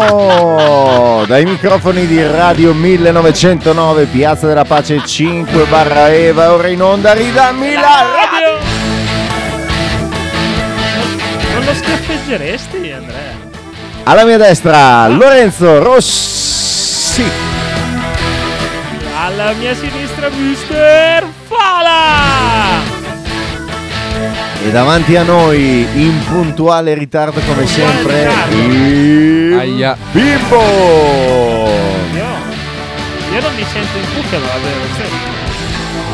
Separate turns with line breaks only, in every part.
Buongiornissimo! Dai microfoni di Radio 1909, Piazza della Pace 5 barra Eva, ora in onda ridammila radio!
Non lo schiaffeggeresti, Andrea?
Alla mia destra Lorenzo Rossi,
Alla mia sinistra, Mister Fala!
e davanti a noi, in puntuale ritardo come sempre, il
Aia.
bimbo!
Io, io non mi sento in cucchia, ma va bene lo stesso.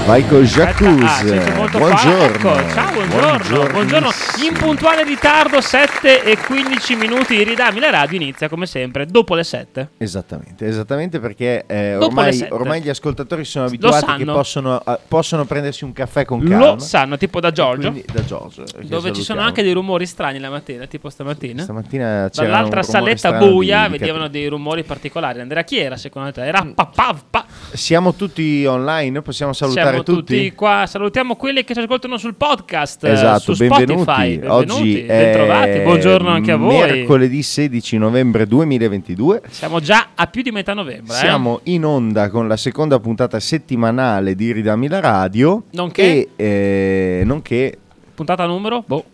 Vai con
Aspetta, ah,
Jacuzzi,
sento molto
buongiorno!
Fala. Ecco, ciao, buongiorno. buongiorno. In puntuale ritardo, 7 e 15 minuti. Ridami la radio inizia come sempre, dopo le 7.
Esattamente, esattamente perché eh,
Dopo le
ormai,
sette.
ormai gli ascoltatori sono abituati che
sanno.
possono, eh, possono prendersi un caffè con calma.
Lo sanno, tipo da Giorgio,
Quindi, da Giorgio. che
dove ci
salutiamo.
sono anche dei rumori strani la mattina, tipo stamattina.
Stamattina c'era
Dall'altra
un rumore
saletta
strano di-
buia
di
vedevano
capi-
dei rumori particolari. Andrea, chi era secondo te?
Mm.
Era pa, pa, pa.
Siamo tutti online, possiamo salutare
Siamo tutti. qua. Salutiamo quelli che ci ascoltano sul podcast. eh,
Esatto,
su
benvenuti.
Spotify. Benvenuti,
Oggi è
bentrovati. Buongiorno anche a voi.
Mercoledì 16 novembre 2022.
Siamo già a più di metà novembre. eh.
Siamo in onda con la seconda puntata settimanale di Ridami la radio.
Nonché?
E, eh, nonché
Puntata numero? Boh.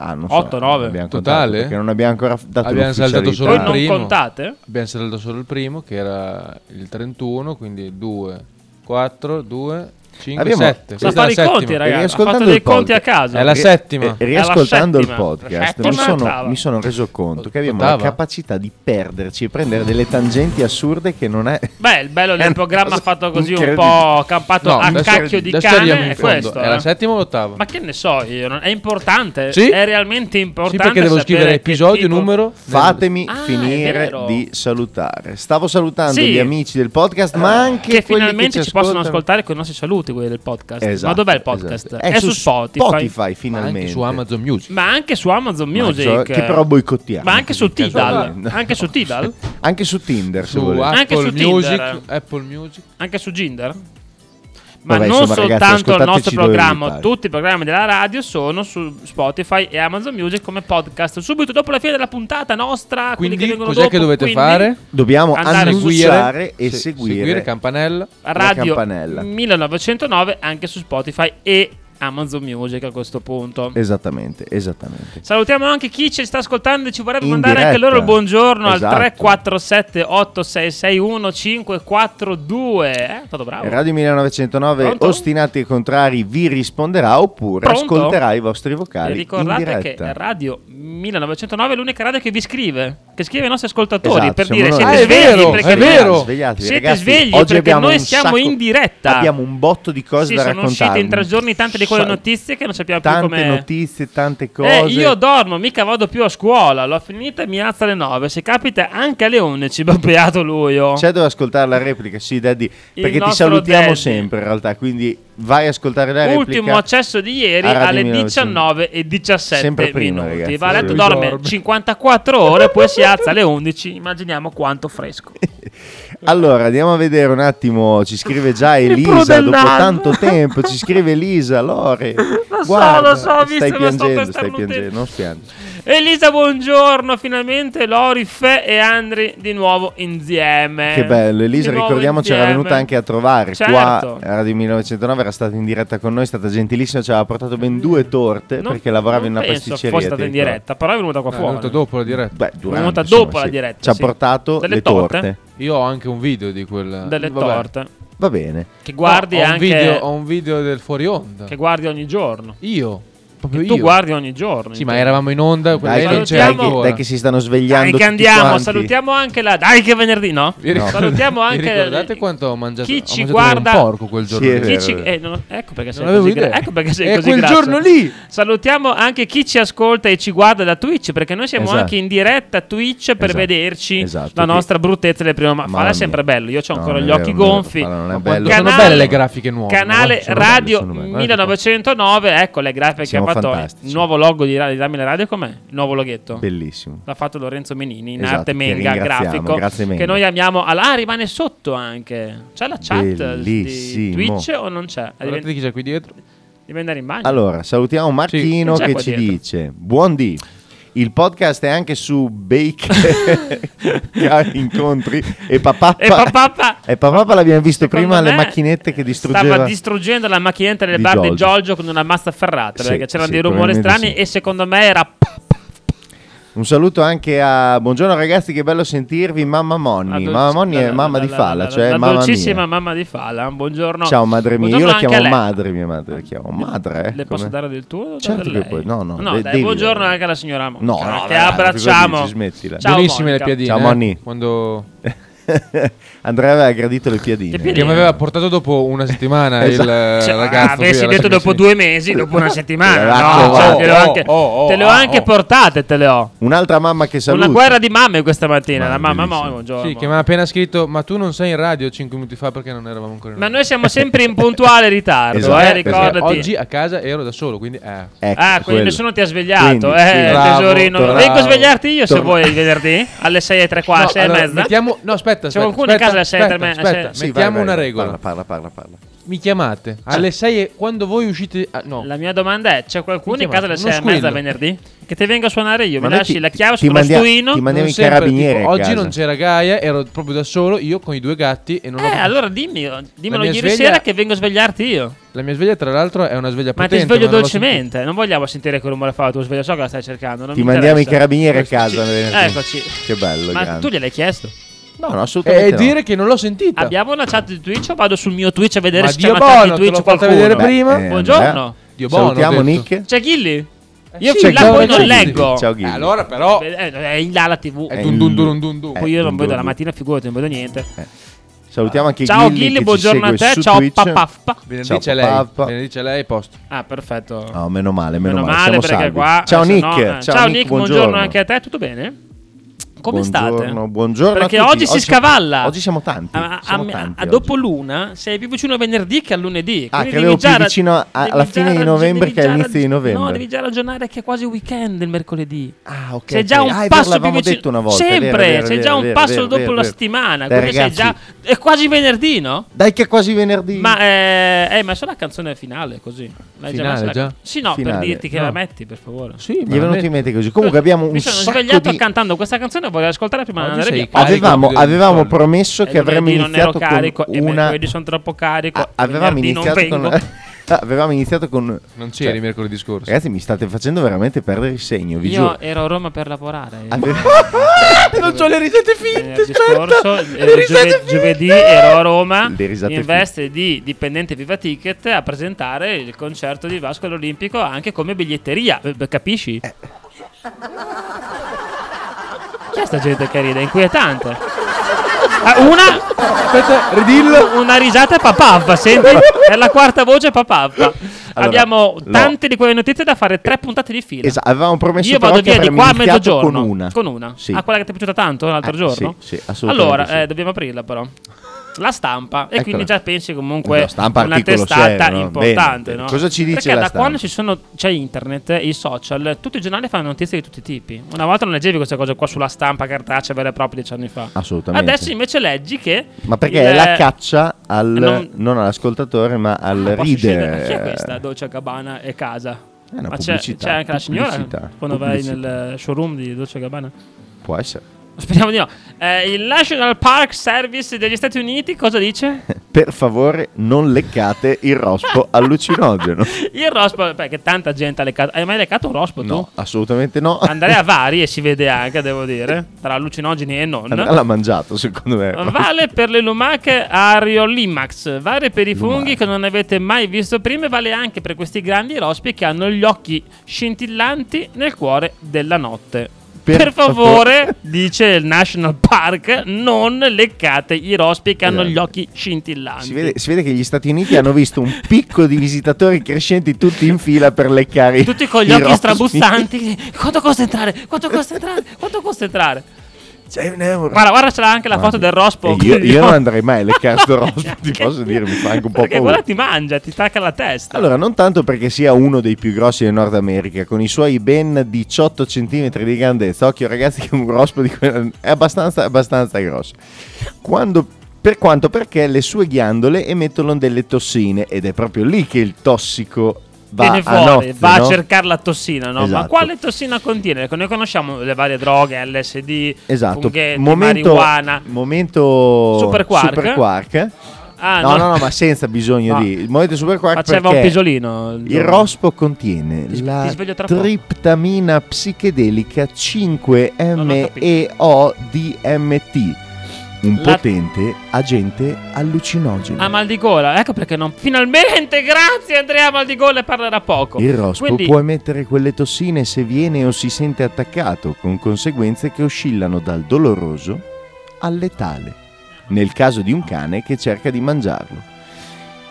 Ah, non
Otto,
so,
nove.
abbiamo
Totale?
contato, perché non abbiamo ancora dato
Abbiamo saltato solo
Voi
l'ufficialità.
il
non
primo.
contate?
Abbiamo saltato solo il primo che era il 31, quindi 2, 4, 2, 5,
Abbiamo-
7.
Sa
Questa è
fare
la
i conti,
settima.
ragazzi. Ha
Riascoltando
fatto dei
il podcast.
conti a caso.
È la
Ri-
settima.
eh, riascoltando
È la
il
settima.
podcast mi
Settima,
sono,
ottava.
mi sono reso conto che abbiamo la
Ottava?
capacità di perderci e
Ah.
prendere delle tangenti assurde che non è...
Beh, il bello
È una
del programma
cosa
fatto così un
incredibile.
po' campato a
Eh, adesso-
cacchio di
adesso arriviamo
cane
in
è
fondo.
questo.
È la
eh.
settima o l'ottava?
Ma che ne so io, non- è importante,
Sì?
è realmente importante.
sì, perché devo
sapere
scrivere
che
episodio,
tipo-
numero.
Fatemi
Ah, è
finire
vero.
di salutare. Stavo salutando
Sì. Eh,
gli amici del podcast, ma anche
Che
quelli
finalmente
che
ci possono ascoltare con i nostri saluti quelli del podcast.
Esatto,
Ma dov'è il podcast?
esatto.
È, su Spotify.
Ma
finalmente.
anche su Amazon Music.
Ma anche su Amazon
Ma
Music.
so- che però boicottiamo.
Ma anche su Tidal.
Casualmente.
Anche su Tidal?
Anche su Tinder, se
Su
volete.
Apple
Anche su
Music,
Tinder.
Apple Music.
Anche su Ginder? Ma
Vabbè,
non
insomma, ragazzi,
soltanto il
ascoltateci
nostro
dove vi
programma,
pare.
tutti i programmi della radio sono su Spotify e Amazon Music come podcast. Subito dopo la fine della puntata nostra, quelli
Quindi
vengono
cos'è
dopo,
che dovete
quindi
fare?
Dobbiamo
Andare su-
annunciare e
se-
seguire,
campanella.
la
Radio
campanella.
1909 anche su Spotify e Amazon Music a questo punto.
Eh. Esattamente, esattamente.
Salutiamo anche chi ci sta ascoltando e ci vorrebbe
In
mandare anche
diretta.
loro il buongiorno
Esatto.
al 347 8661 542. Eh, è stato bravo.
Radio 1909,
Pronto?
ostinati e contrari, vi risponderà oppure
Pronto?
ascolterà i vostri
E
vocali in
ricordate che
diretta.
Radio 1909 è l'unica radio che vi scrive, che scrive ai nostri ascoltatori
Esatto,
per
siamo
dire
noi.
siete
Ah, è
svegli
vero,
perché
è vero.
Svegliatevi,
Siete
ragazzi.
svegli
Oggi
perché
abbiamo
noi
un
siamo
sacco-
in diretta.
Abbiamo un botto di cose
Sì,
da
sono
raccontare.
uscite in tre giorni tante di quelle
Sa-
notizie che non sappiamo più
Tante
come
notizie, tante cose.
Eh, io dormo, mica vado più a scuola. L'ho finita e mi alza alle 9. Se capita anche alle 11, va beato lui. oh.
C'è dove ascoltare la replica, sì, Daddy. Perché ti
nostro
salutiamo
Daddy.
sempre in realtà. Quindi vai a ascoltare la replica.
Ultimo accesso di ieri
a Radio
alle
19.
19 e 17
Sempre prima,
minuti.
ragazzi,
va a letto,
lui
dorme
dorme.
54 ore, poi si alza alle 11. Immaginiamo quanto fresco.
Allora, andiamo a vedere un attimo. Ci scrive già
Il
Elisa dopo
Prudenal.
tanto tempo. Ci scrive Elisa, Lore.
Lo so,
guarda,
lo so, ho visto,
stai
ma sto
piangendo, stai
testardutendo.
piangendo, non spiangi.
Elisa, buongiorno. Finalmente Lori, Fe e Andri di nuovo insieme.
Che bello, Elisa,
Eh, Di nuovo
ricordiamo c'era
insieme.
venuta anche a trovare
Certo.
qua eh, a Radio 1909, era stata in diretta con noi, è stata gentilissima, ci aveva portato ben due torte
Non-
perché lavorava in una
non penso
pasticceria.
fosse stata
ti
in
ricordi?
diretta, però è venuta qua
No, è
fuori.
venuto dopo la diretta.
Beh, durante,
venuta
insomma,
dopo la
sì.
diretta,
Ci ha
sì.
portato
Delle
le
torte.
torte.
Io ho anche un video di quella.
delle
Vabbè.
torte.
Va bene.
Che guardi
No, ho
anche.
Un video, ho un video del fuori onda.
Che guardi ogni giorno.
Io. Proprio io.
Tu guardi ogni giorno.
Sì, ma eravamo in onda. quella
Dai,
lei non
che,
c'era
dai,
salutiamo-
che,
ancora.
dai che si stanno
Dai
svegliando
che
tutti
andiamo,
quanti.
salutiamo anche la. Dai che è venerdì, no?
Vi
No.
ricordate-
Salutiamo
vi
anche-
ricordate quanto ho mangiato?
chi
Ho
ci
mangiato
guarda-
un porco quel
Sì,
giorno.
è
lì.
vero.
Chi ci- eh, non- ecco perché sei
Non avevo
così gra-
idea.
Ecco perché sei
È
così
quel
grasso.
giorno lì.
Salutiamo anche chi ci ascolta e ci guarda da Twitch perché noi siamo
Esatto.
anche in diretta Twitch per
Esatto,
vederci
esatto,
la
che-
nostra bruttezza del primo ma
Mamma
Fala è
mia.
sempre bello. Io ho
No,
ancora
non
gli
è
occhi
vero, non è vero,
gonfi.
Fala, non è
Ma
bello.
quanto sono
Canale-
belle le grafiche nuove.
Canale
guarda, sono belle,
Radio
sono belle.
1909, ecco le grafiche
Siamo
che ha fatto.
fantastici.
Il nuovo logo di, Ra- di Dammi la Radio com'è? Il nuovo loghetto.
Bellissimo.
L'ha fatto Lorenzo Menini in
Esatto,
arte
che
Menga
ringraziamo,
grafico
grazie Menga.
che noi amiamo. Ah, là, rimane sotto anche. C'è la chat di
Bellissimo.
Twitch o non c'è? Ah,
Guardate
Devi,
chi c'è qui dietro.
devi andare in bagno.
Allora, salutiamo Martino
Sì, c'è
che
qua
ci
dietro.
dice: Buon dì. Il podcast è anche su Bake Incontri e papà.
E papà.
E papà l'abbiamo visto
Secondo
prima le
me
macchinette che
Stava
distruggeva.
distruggendo la macchinetta delle
Di
bar di
Giorgio.
Giorgio con una mazza ferrata.
Sì,
perché c'erano
sì,
dei rumori
probabilmente
strani
sì.
e secondo me era.
Un saluto anche a Buongiorno ragazzi, che bello sentirvi, mamma Monni.
la
mamma
dolci-
Monni
la-
è mamma
la-
di
la-
Fala,
la-
cioè
la
mamma
dolcissima
mia.
mamma di Fala. eh, Buongiorno.
Ciao madre mia, io
Buongiorno
la
anche a
chiamo
lei.
madre mia madre, la chiamo madre. eh,
Le posso
come-
dare del tuo? o devo
Certo
dare
che
lei?
puoi, no, no,
no
de-
dai,
devi
buongiorno
dare.
anche alla signora Monica.
No, no,
che
dai,
abbracciamo.
cosa dici? Smettila.
Ciao,
Buonissime
Monica.
le piadine.
Ciao,
eh,
Monni.
Quando...
Andrea aveva gradito le piadine.
Le piadine.
Che mi aveva portato dopo una settimana
Esatto.
il eh,
Cioè,
ragazzo. qui,
avessi
alla
detto dopo
sinistra.
due mesi, dopo una settimana, no,
Ragazzo,
cioè,
oh,
te le ho
oh,
anche,
oh, oh,
te le ho
ah,
anche
oh.
portate, te le ho.
Un'altra mamma che saluta.
Una guerra di mamme questa mattina,
Ma
la mamma
bellissimo.
Mo, buongiorno.
Sì, che mi ha appena scritto, ma tu non sei in radio 5 minuti fa perché non eravamo ancora in
Ma
radio.
noi siamo sempre in puntuale ritardo,
Esatto,
eh,
perché
ricordati.
Oggi a casa ero da solo, quindi eh.
Ecco,
Ah, quindi
quello.
nessuno ti ha svegliato,
Quindi,
eh,
sì.
Bravo,
tesorino.
bravo.
Vengo a svegliarti io se
Torna-
vuoi il venerdì alle 6 e tre qua,
No,
6
allora,
e mezza.
Mettiamo, no, aspetta,
C'è
aspetta,
qualcuno in
aspetta,
casa alle sei e
aspetta,
mezza,
aspetta,
sì.
Sì, vai,
mettiamo
vai,
una
vai,
regola.
Parla, parla, parla, parla.
Mi chiamate alle 6 e quando voi uscite ah, no.
La mia domanda è: c'è qualcuno
Mi
in casa alle
chiamate?
6 e
Uno
mezza
squillo.
venerdì? Che ti venga a suonare io?
Ma
Mi
noi
lasci
ti-
la chiave
ti
sullo
mandia-
stuino?
ti mandiamo
Non
i
sempre,
carabinieri
tipo,
a
oggi
casa.
non c'era Gaia, ero proprio da solo, io con i due gatti e non ho
Eh, allora dimmi, dimmelo
mia
ieri
sveglia-
sera che vengo a svegliarti io.
La mia sveglia tra l'altro è una sveglia
Ma
potente,
ti sveglio
non l'ho
dolcemente. Non vogliamo sentire che rumore fa la tua sveglia. So che la stai cercando. non
Ti
mi
mandiamo i
interessa. Eh,
carabinieri a casa. venerdì.
Eccoci.
Che bello,
Ma
grande.
tu gliel'hai chiesto?
No, no,
sentita. E
assolutamente. no.
dire che non l'ho sentita.
Abbiamo una chat di Twitch o vado sul mio Twitch a vedere
Ma
se c'è
Dio
una chat
buono,
di
te
Twitch
l'ho fatta
qualcuno?
vedere prima.
eh,
Buongiorno.
Dio buono,
Salutiamo
ho detto.
Nick.
C'è Gilly? Io
Eh, sì,
fin là
ciao,
poi non
ragazzi.
leggo.
Ciao
Eh,
Gilly.
allora però
Eh, È in là la TV.
Eh,
è dun dun dun dun dun.
Poi io non
eh,
vedo la
eh,
mattina, figurati, non vedo niente.
Salutiamo anche
Ciao
Gilly,
Gilly,
Eh, che
buongiorno a
ci segue
te.
su
Ciao
Twitch.
papà.
Ciao,
Benedice lei,
papà.
benedice lei posto.
Ah, perfetto.
Oh, meno male, meno,
Meno
siamo
male perché
salvi.
qua.
Ciao
adesso
Nick,
no, eh.
ciao,
Nick, buongiorno. anche a te, tutto bene? Come state?
Buongiorno, buongiorno
Perché
a tutti.
oggi si
siamo-
scavalla.
Oggi siamo tanti,
A, a-
siamo
a-
tanti
a
oggi.
dopo l'una sei più vicino a venerdì che a lunedì.
Ah,
Quindi
credevo
devi già
più
ra-
vicino a-
devi
alla
già
fine di
raggi-
novembre
devi
che
già
all'inizio di
raggi- No,
novembre.
devi già ragionare che è quasi weekend il mercoledì.
Ah, ok.
Sei già
ok.
un
Ah, è vero,
passo più
l'avevamo
vicino.
detto una volta. è vero,
Sempre,
è vero, è
sei
vero,
già
è
un
vero,
passo
è vero,
dopo
è vero.
la settimana.
Dai,
quindi sei
ragazzi,
già. È quasi venerdì, no?
Dai, che è quasi venerdì.
Ma, eh, eh, ma c'è la canzone finale così. L'hai
Finale,
messa la-
già?
Sì, no,
Finale.
per dirti che
No.
la metti, per favore.
Sì,
Gli è venuto in mente così. Comunque abbiamo un
Mi sono
sacco
svegliato
di...
cantando questa canzone e volevo ascoltarla prima di
Oggi
andare via.
sei carico.
Avevamo,
Carico,
avevamo
Vittorio.
promesso
Eh,
che avremmo
lunedì non ero
iniziato
carico
con
e
una...
mercoledì sono troppo carico.
Ah, avevamo
venerdì non
iniziato
vengo.
con... avevamo iniziato con...
Non
cioè,
c'eri mercoledì scorso.
Ragazzi, mi state facendo veramente perdere il segno, vi giuro.
Io ero a Roma per lavorare.
Ave-
non c'ho le
Eh,
risate finte,
Venerdì scorso, ero eh, giove- giovedì ero a Roma
Le risate
in
finte.
veste di dipendente Viva Ticket a presentare il concerto di Vasco all'Olimpico anche come biglietteria. Eh, beh, Capisci? C'è sta gente che ride, è inquietante. Ah, una,
Aspetta, ridillo.
una risata è papavva, senti? È la quarta voce papavva. Abbiamo
no.
tante di quelle notizie da fare tre puntate di fila.
Esatto, avevamo promesso
Io
però
vado
che
via di
avremmo
qua a
iniziato
mezzogiorno.
con una. Sì.
Ah, quella che ti è piaciuta tanto l'altro
Eh,
giorno?
sì, sì, assolutamente
Allora,
sì.
eh, dobbiamo aprirla però. La stampa, e
Eccola. Eh,
quindi già pensi comunque
La stampa,
una
articolo
testata
serio, no? Bene,
importante.
bene.
no?
Cosa ci dice
Perché
la
da
stampa?
quando ci sono, c'è internet, eh, i social, tutti i giornali fanno notizie di tutti i tipi. Una volta non leggevi queste cose qua sulla stampa cartacea vera e propria dieci anni fa.
Assolutamente.
Adesso invece leggi che.
Ma perché
il-
è la caccia al...
non-
Non, all'ascoltatore, ma al
Ah, posso
reader.
scegliere- Ma chi è questa Dolce Gabbana e casa?
È una
Ma c'è,
pubblicità,
c'è anche la signora
pubblicità,
quando vai
pubblicità.
nel showroom di Dolce Gabbana?
Può essere.
Speriamo di no. Eh, il National Park Service degli Stati Uniti cosa dice?
Per favore, non leccate il rospo allucinogeno.
Il rospo, perché tanta gente ha leccato. Hai mai leccato un rospo tu?
No, assolutamente no.
Andrea Vari, e si vede anche, devo dire, tra allucinogeni e non.
Andrea l'ha mangiato, secondo me.
Vale per le lumache Ariolimax, vale per i funghi che non avete mai visto prima e vale anche per questi grandi rospi che hanno gli occhi scintillanti nel cuore della notte. Per,
Per
favore,
favore.
dice il National Park, non leccate i rospi che hanno
Esatto.
gli occhi scintillanti.
Si vede, si vede che gli Stati Uniti hanno visto un picco di visitatori crescenti tutti in fila per leccare i-
Tutti con gli
i
occhi
rospi.
strabuzzanti. Quanto costa entrare? Quanto costa entrare? Quanto costa entrare?
C'è Cioè, un euro.
Guarda, guarda, c'era anche la foto del rospo.
E io,
con gli
io non
occhi.
andrei mai a leccare sto rospo, ti
Neanche
posso
io.
dire, mi fa anche un po'
Perché
paura.
guarda, ti mangia, ti stacca la testa.
Allora, non tanto perché sia uno dei più grossi del Nord America, con i suoi ben 18 cm di grandezza. Occhio, ragazzi, che un rospo di quella è abbastanza, abbastanza grosso. Quando- per quanto perché le sue ghiandole emettono delle tossine, ed è proprio lì che il tossico
viene
a
fuori,
nozze,
va
no?
a cercare la tossina, no? Ma
Esatto.
quale tossina contiene? Ecco, Noi conosciamo le varie droghe, LSD,
Esatto,
funghetti,
momento,
marijuana.
momento
Superquark?
superquark.
Ah,
no, no, no, ma senza bisogno
No.
di. Il momento superquark
Faceva un
perché
pisolino.
Il rospo contiene
Ti- ti
la
sveglio tra poco.
triptamina psichedelica 5-MeO-DMT, un
La-
potente agente allucinogeno.
Ah, mal di gola. Ecco perché non. Finalmente, grazie Andrea Maldigola e parlerà poco.
Il rospo
Ecco, Quindi-
può emettere quelle tossine se viene o si sente attaccato, con conseguenze che oscillano dal doloroso al letale, nel caso di un cane che cerca di mangiarlo.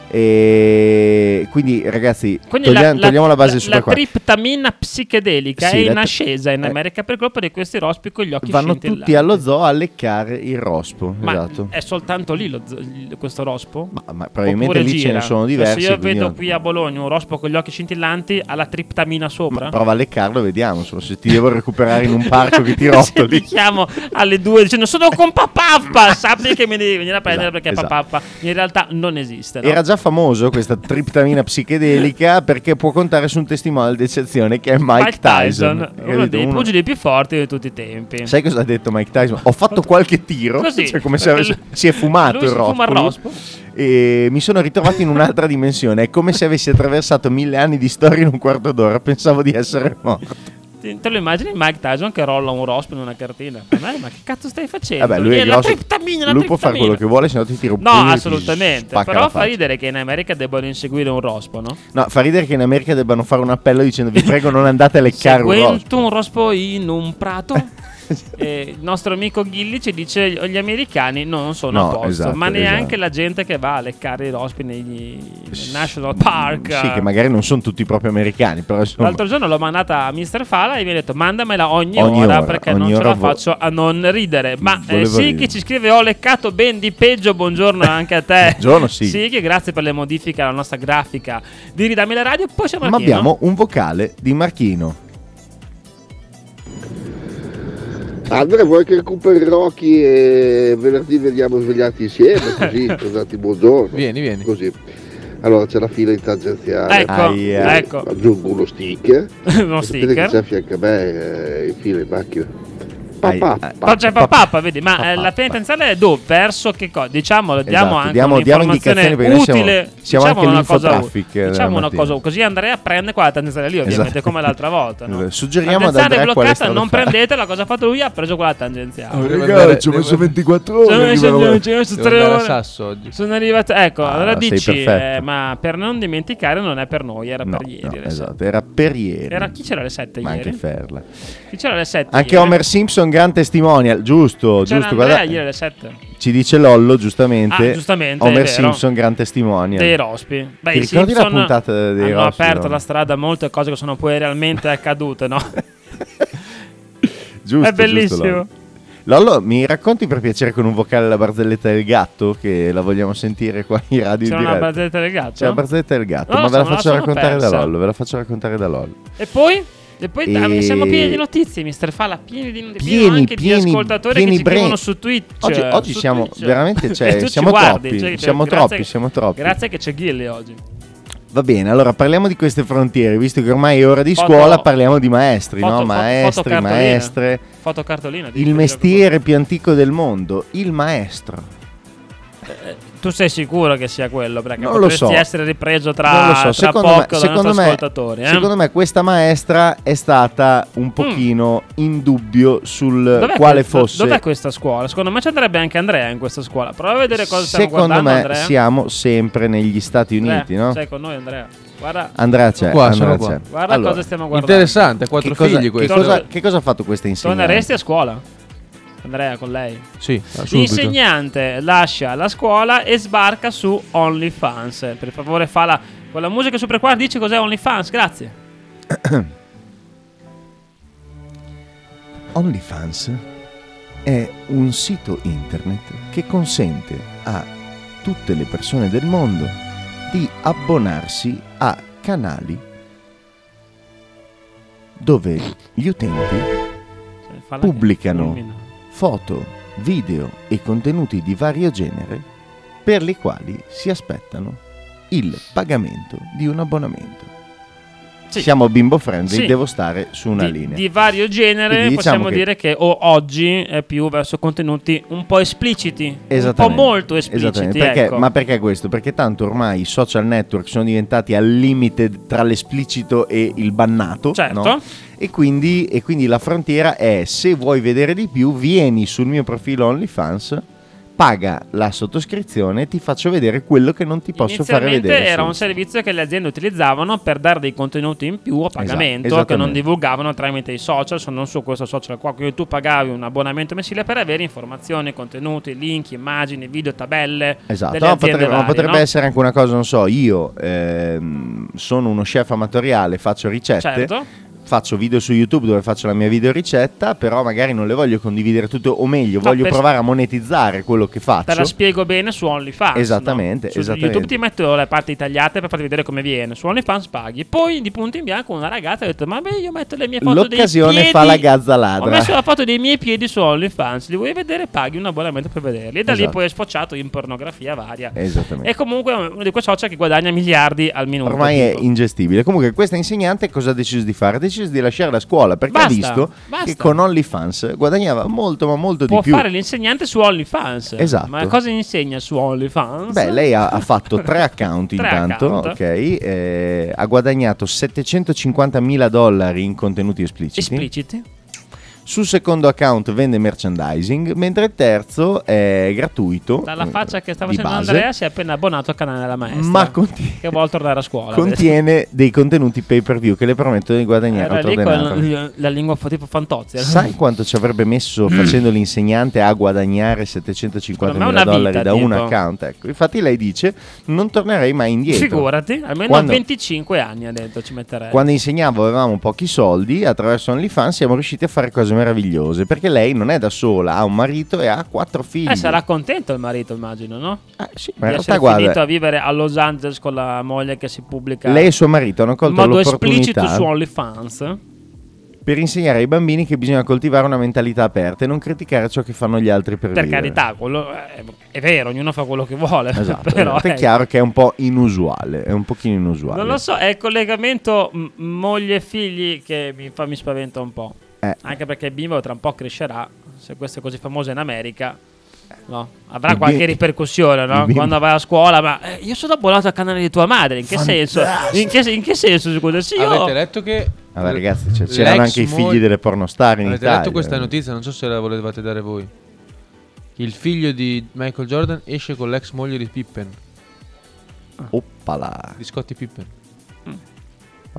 E quindi ragazzi,
Quindi
toglia- togliamo la base su
la
qua.
triptamina psichedelica
Sì,
è
la
in
tri-
ascesa in
eh.
America per colpa di questi rospi con gli occhi
Vanno
scintillanti.
tutti allo zoo a leccare il rospo,
Ma eh,
esatto.
è soltanto lì lo z- il- questo rospo?
Ma, ma probabilmente
Oppure
lì ce
gira?
ne sono
Cioè,
diversi.
Se io
quindi
vedo
non-
qui a Bologna un rospo con gli occhi scintillanti, ha la triptamina
Ma
sopra.
prova a leccarlo e vediamo. insomma, Se ti devo recuperare in un parco che ti rotoli.
Se ti chiamo alle due dicendo sono con papappa, sappi che mi devi venire a prendere
Esatto,
perché
esatto.
papappa in realtà non esiste. no?
Era già famoso questa triptamina psichedelica perché può contare su un testimone d'eccezione che è Mike,
Mike Tyson,
Capito?
uno dei
Uno-
pugili più forti di tutti i tempi.
Sai cosa ha detto Mike Tyson? Ho fatto qualche tiro.
Così.
cioè, come se avesse-
Lui-
si è fumato
lui
il
si fuma il
rospo.
rospo.
E mi sono ritrovato in un'altra dimensione. È come se avessi attraversato mille anni di storia in un quarto d'ora. Pensavo di essere morto.
Te te lo immagini Mike Tyson che rolla un rospo in una cartina? Ma ma che cazzo stai facendo?
Vabbè, lui è
Eh,
grosso.
La triptamina, la
lui può fare
triptamina.
quello che vuole, se no ti tiro un pugno e
No,
ti
assolutamente.
spacca
Però
la
fa
faccia.
ridere che in America debbano inseguire un rospo, no?
No, fa ridere che in America debbano fare un appello dicendo vi prego non andate a leccare un rospo.
Seguento un rospo in un prato. Eh, il nostro amico Ghilli ci dice gli gli americani non sono
No,
a posto,
esatto,
ma neanche
esatto.
la gente che va a leccare i rospi negli nel National Park.
Sì, che magari non sono tutti proprio americani, però insomma...
L'altro giorno l'ho mandata a Mr. Fala e mi ha detto mandamela ogni,
Ogni
ora,
ora,
perché
ogni
non ce
ora
la
vo- Mm,
faccio a non ridere. Ma eh,
Volevo
sì,
ridere.
che ci scrive ho leccato ben di peggio, buongiorno anche a te.
Buongiorno, sì.
che grazie per le modifiche alla nostra grafica di Ridami la radio, poi c'è
Ma
Martino.
abbiamo un vocale di Marchino.
Andrea, vuoi che recuperi Rocky e venerdì veniamo svegliati insieme? Così, per darti buongiorno.
Vieni, vieni.
Così. Allora c'è la fila intangenziale.
Ecco,
Aia.
ecco.
Aggiungo uno sticker.
uno
Sapete che c'è a
sticker.
fianco a me eh, in fila in macchina.
Ai-
Papà,
ai-
Poi c'è
papà.
papà, vedi, ma eh, la
Papà.
penitenziale è dove? Verso che cosa? Diciamolo, diamo
Esatto,
anche
diamo- diamo
un'informazione
indicazioni perché noi siamo-
utile.
siamo
diciamo
anche
una cosa,
l'infotraffic della
diciamo una
mattina.
cosa, così Andrea prende qua la tangenziale lì, ovviamente,
Esatto.
come l'altra volta. No?
Suggeriamo ad
tangenziale
Andrea quale
bloccata,
strada
non
fare.
prendetela, cosa ha fatto lui? Ha preso quella tangenziale.
Devo andare- devo- Oh,
24
Sono arrivato-
arrivavo-
sono
devo
tre
andare a
ore.
Sasso oggi.
Sono arrivato, ecco,
Ah,
allora
sei
dici,
perfetto.
eh, ma per non dimenticare non è per noi, era
No,
per ieri.
no,
le
esatto, era per ieri.
sette. Era chi c'era alle 7
Ma
ieri?
anche Ferla.
chi c'era alle 7?
Anche Homer Simpson, gran testimonial, giusto,
C'era
giusto.
Andrea
Guarda,
ieri alle 7
ci dice Lollo, giustamente.
Ah, giustamente, è
Homer
vero.
Simpson, gran testimonial.
dei rospi. Beh,
Ti
i
ricordi la
Simpson
puntata dei
hanno
rospi,
aperto
no?
la strada a molte cose che sono poi realmente accadute, no?
Giusto,
È bellissimo.
giusto, Lollo. Lollo, mi racconti per piacere con un vocale la barzelletta del gatto? Che la vogliamo sentire qua in radio. in
C'era una
diretta?
barzelletta del gatto?
C'è la barzelletta del gatto,
No,
ma ve la
sono-
faccio
sono
raccontare da
persa.
Lollo. Ve la faccio raccontare da Lollo.
E poi? E poi ah,
E-
siamo pieni di notizie, mister Fala, pieni di notizie, pieno
Pieni,
anche
pieni,
di ascoltatori
pieni
che ci
bre-
scrivono su Twitch.
Oggi- oggi
su
siamo
Twitch.
veramente, cioè,
E tu ci
siamo
guardi,
troppi,
cioè,
siamo
grazie-
troppi, siamo troppi.
Grazie che c'è Ghilli oggi.
Va bene, allora parliamo di queste frontiere, visto che ormai è ora di
Foto-
scuola, parliamo di maestri,
Foto-
no?
foto-
Maestri,
fotocartolina.
maestre.
Fotocartolina. di-
Il mestiere più antico del mondo, il maestro.
Eh, Tu sei sicuro che sia quello? Perché
Non lo
potresti
so.
essere ripreso tra,
non lo so,
tra
secondo
poco
me,
dai
secondo,
nostri
me,
ascoltatori. eh? Mm.
secondo me questa maestra è stata un pochino in dubbio sul
Dov'è
quale
questa-
fosse.
Dov'è questa scuola? Secondo me ci andrebbe anche Andrea in questa scuola. Prova a vedere cosa stiamo
Secondo
guardando,
me
Andrea.
siamo sempre negli Stati
Andrea,
Uniti, no?
Eh, Sei con noi, Andrea. Guarda,
Andrea c'è,
Qua,
Andrea
sono qua.
c'è.
guarda
Allora,
cosa stiamo guardando.
Interessante, quattro
che cosa,
figli
che
questo.
cosa- che cosa ha fatto questa insegnante?
Torneresti a scuola? Andrea, con lei.
Ah,
Sì, subito.
L'insegnante lascia la scuola e sbarca su OnlyFans. Per favore, fala con la musica super qua. Dici cos'è OnlyFans, grazie.
OnlyFans è un sito internet che consente a tutte le persone del mondo di abbonarsi a canali dove gli utenti
Cioè, falla che-
pubblicano
fulmina.
foto, video e contenuti di vario genere per le quali si aspettano il pagamento di un abbonamento.
Sì.
Siamo bimbo friendly,
Sì.
devo stare su una
di,
linea.
di vario genere
Quindi diciamo
possiamo
che-
dire che o oggi è più verso contenuti un po' espliciti, un po'
Esattamente.
molto espliciti.
Esattamente. Perché-
ecco.
Ma perché questo? Perché tanto ormai i social network sono diventati al limite tra l'esplicito e il bannato.
Certo.
no? E, quindi, e quindi la frontiera è se vuoi vedere di più vieni sul mio profilo OnlyFans, paga la sottoscrizione e ti faccio vedere quello che non ti posso fare
Inizialmente
vedere.
era
su
un servizio che le aziende utilizzavano per dare dei contenuti in più a pagamento che non
Esatto, esattamente.
divulgavano tramite i social, se non su questo social qua, quindi tu pagavi un abbonamento mensile per avere informazioni, contenuti, link, immagini, video, tabelle.
Esatto,
delle
ma
aziende
potrebbe, ma
varie,
potrebbe
no?
essere anche una cosa, non so, io ehm, sono uno chef amatoriale, faccio ricette,
Certo.
faccio video su YouTube dove faccio la mia videoricetta, però magari non le voglio condividere tutte, o meglio,
No,
voglio
per-
provare a monetizzare quello che
Te la
faccio.
spiego bene su OnlyFans. no?
Esattamente,
Su
esattamente.
YouTube ti metto le parti tagliate per farti vedere come viene. Su OnlyFans paghi. Poi di punto in bianco una ragazza ha detto: Ma beh, io metto le mie foto
L'occasione
dei piedi.
fa la gazza
Ho
ladra.
messo la foto dei miei piedi su OnlyFans. Li vuoi vedere? Paghi un abbonamento per vederli. E da lì
Esatto.
poi è sfociato in pornografia varia.
Esattamente.
E comunque è uno di quei social che guadagna miliardi al minuto.
Ormai è
tipo.
ingestibile. Comunque, questa insegnante cosa ha deciso di fare? Ha deciso di lasciare la scuola perché ha
Basta,
visto
basta.
che con OnlyFans guadagnava molto, ma molto
Può
di più.
fare l'insegnante su OnlyFans.
Esatto.
Ma cosa insegna su OnlyFans?
Beh, lei ha, ha fatto tre account
Mhm. Tre
intanto,
account.
ok? eh, ha guadagnato 750 mila dollari in contenuti espliciti.
Espliciti.
Sul secondo account vende merchandising, mentre il terzo è gratuito.
Dalla
eh,
faccia che sta
di
facendo
base,
Andrea si è appena abbonato al canale della maestra.
Ma conti-
Che vuole tornare a scuola.
Contiene dei contenuti pay per view che le promettono di
adesso.
guadagnare
Era
altro
lì
denaro.
con l- la lingua fa- tipo fantozzi.
Sai quanto ci avrebbe
Mm.
messo facendo l'insegnante a guadagnare 750
Secondo
mila
me una
dollari
vita,
da
tipo.
un account? Ecco, infatti lei dice non tornerei mai indietro.
Figurati, almeno
Quando-
25 anni ha detto ci metterei.
Eh. Quando insegnavo avevamo pochi soldi, attraverso OnlyFans siamo riusciti a fare cose meravigliose, perché lei non è da sola, ha un marito e ha quattro figli.
Eh, sarà contento il marito, immagino, no?
Eh, sì,
Di
ma in realtà
essere finito
guarda,
a vivere a Los Angeles con la moglie che si pubblica
lei e suo marito hanno
in
colto
modo esplicito
l'opportunità
su OnlyFans.
per insegnare ai bambini che bisogna coltivare una mentalità aperta e non criticare ciò che fanno gli altri per,
Per
vivere.
carità, quello è, è vero, ognuno fa quello che vuole.
Esatto,
però,
esatto. è
ecco.
chiaro che è un po' inusuale, è un pochino inusuale.
Non lo so, è il collegamento m- moglie-figli che mi, fa, mi spaventa un po'.
Eh.
Anche perché il bimbo tra un po' crescerà, se questo è così famoso in America, no? avrà
Eh. Il
qualche
bim-
ripercussione
il
no?
bimbo-
quando vai a scuola. Ma eh, io sono abbonato al canale di tua madre, in che senso? In che, in che senso, scusa? Sì, io...
Avete letto che...
Vabbè, ragazzi, cioè,
l'ex
c'erano anche i
moglie-
figli delle pornostar in
Avete
Italia.
letto questa notizia, non so se la volevate dare voi. Il figlio di Michael Jordan esce con l'ex moglie di Pippen,
Oppala.
di Scottie Pippen.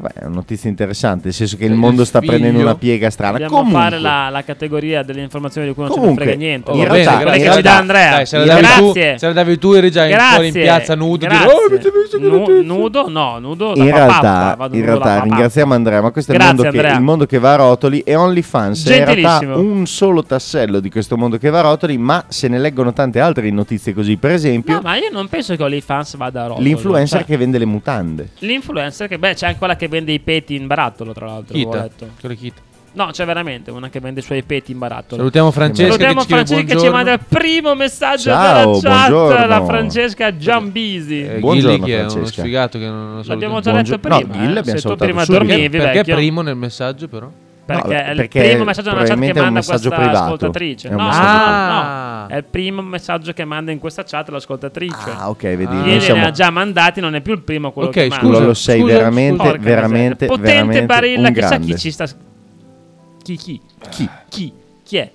Vabbè, è una notizia interessante, nel senso che
Eh,
il
il
mondo sta
figlio-
prendendo una piega strana.
Cioè, Dobbiamo
Comunque,
fare la, la categoria delle informazioni di cui non
Comunque,
ce ne frega niente.
in
Va
va
realtà-
bene,
gra-
quella
in
che ci dà
realtà-
Andrea.
Dai, se la
in
davi tu,
Grazie.
se la davi tu eri già in, fuori in
Grazie.
piazza nudo. a dire,
Grazie.
"Oh, mi sei messo con la
Nu-
testa".
nudo, no, nudo. da
in
papà,
realtà,
vado
in
nudo da
realtà
papà.
ringraziamo Andrea, ma questo
Grazie,
è il mondo, che,
Andrea.
il mondo che va a rotoli e OnlyFans è in realtà
Gentilissimo.
un solo tassello di questo mondo che va a rotoli, ma se ne leggono tante altre notizie così, per esempio
No, ma io non penso che OnlyFans vada a rotolo.
l'influencer
cioè,
che vende le mutande.
L'influencer che, beh, c'è anche quella che vende i peti in barattolo, tra l'altro. avevo
Kita,
letto.
quella Kita.
No, c'è veramente una che vende i suoi peti in barattolo.
Salutiamo Francesca
Salutiamo
che ci scrive
Francesca che ci manda il
buongiorno.
primo messaggio
Ciao,
della chat.
buongiorno.
La Francesca Giambisi.
Eh,
Buongiorno,
Ghilli che è uno
Francesca.
sfigato che non lo
L'abbiamo
salutiamo.
già
buongio- no,
letto prima.
Gil
eh.
l'abbiamo
Se tu
salutato
prima
subito.
dormivi,
perché
vecchio.
primo nel messaggio però?
Perché
No,
è il
perché
primo messaggio della chat che
probabilmente è un
manda
messaggio
questa
privato.
ascoltatrice.
È un
No,
messaggio-
no,
Ah.
no, è il primo messaggio che manda in questa chat l'ascoltatrice.
Ah, ok, vedi,
Ah.
noi
Ieri ne
siamo
ha già mandati, non è più il primo quello
Ok,
che manda.
Scusa,
Scusa,
lo sei
scusa,
veramente,
Porca miseria.
veramente,
Potente
veramente
Barilla,
un
chissà
grande.
chi ci sta. Chi, chi?
Chi?
Chi? Chi è?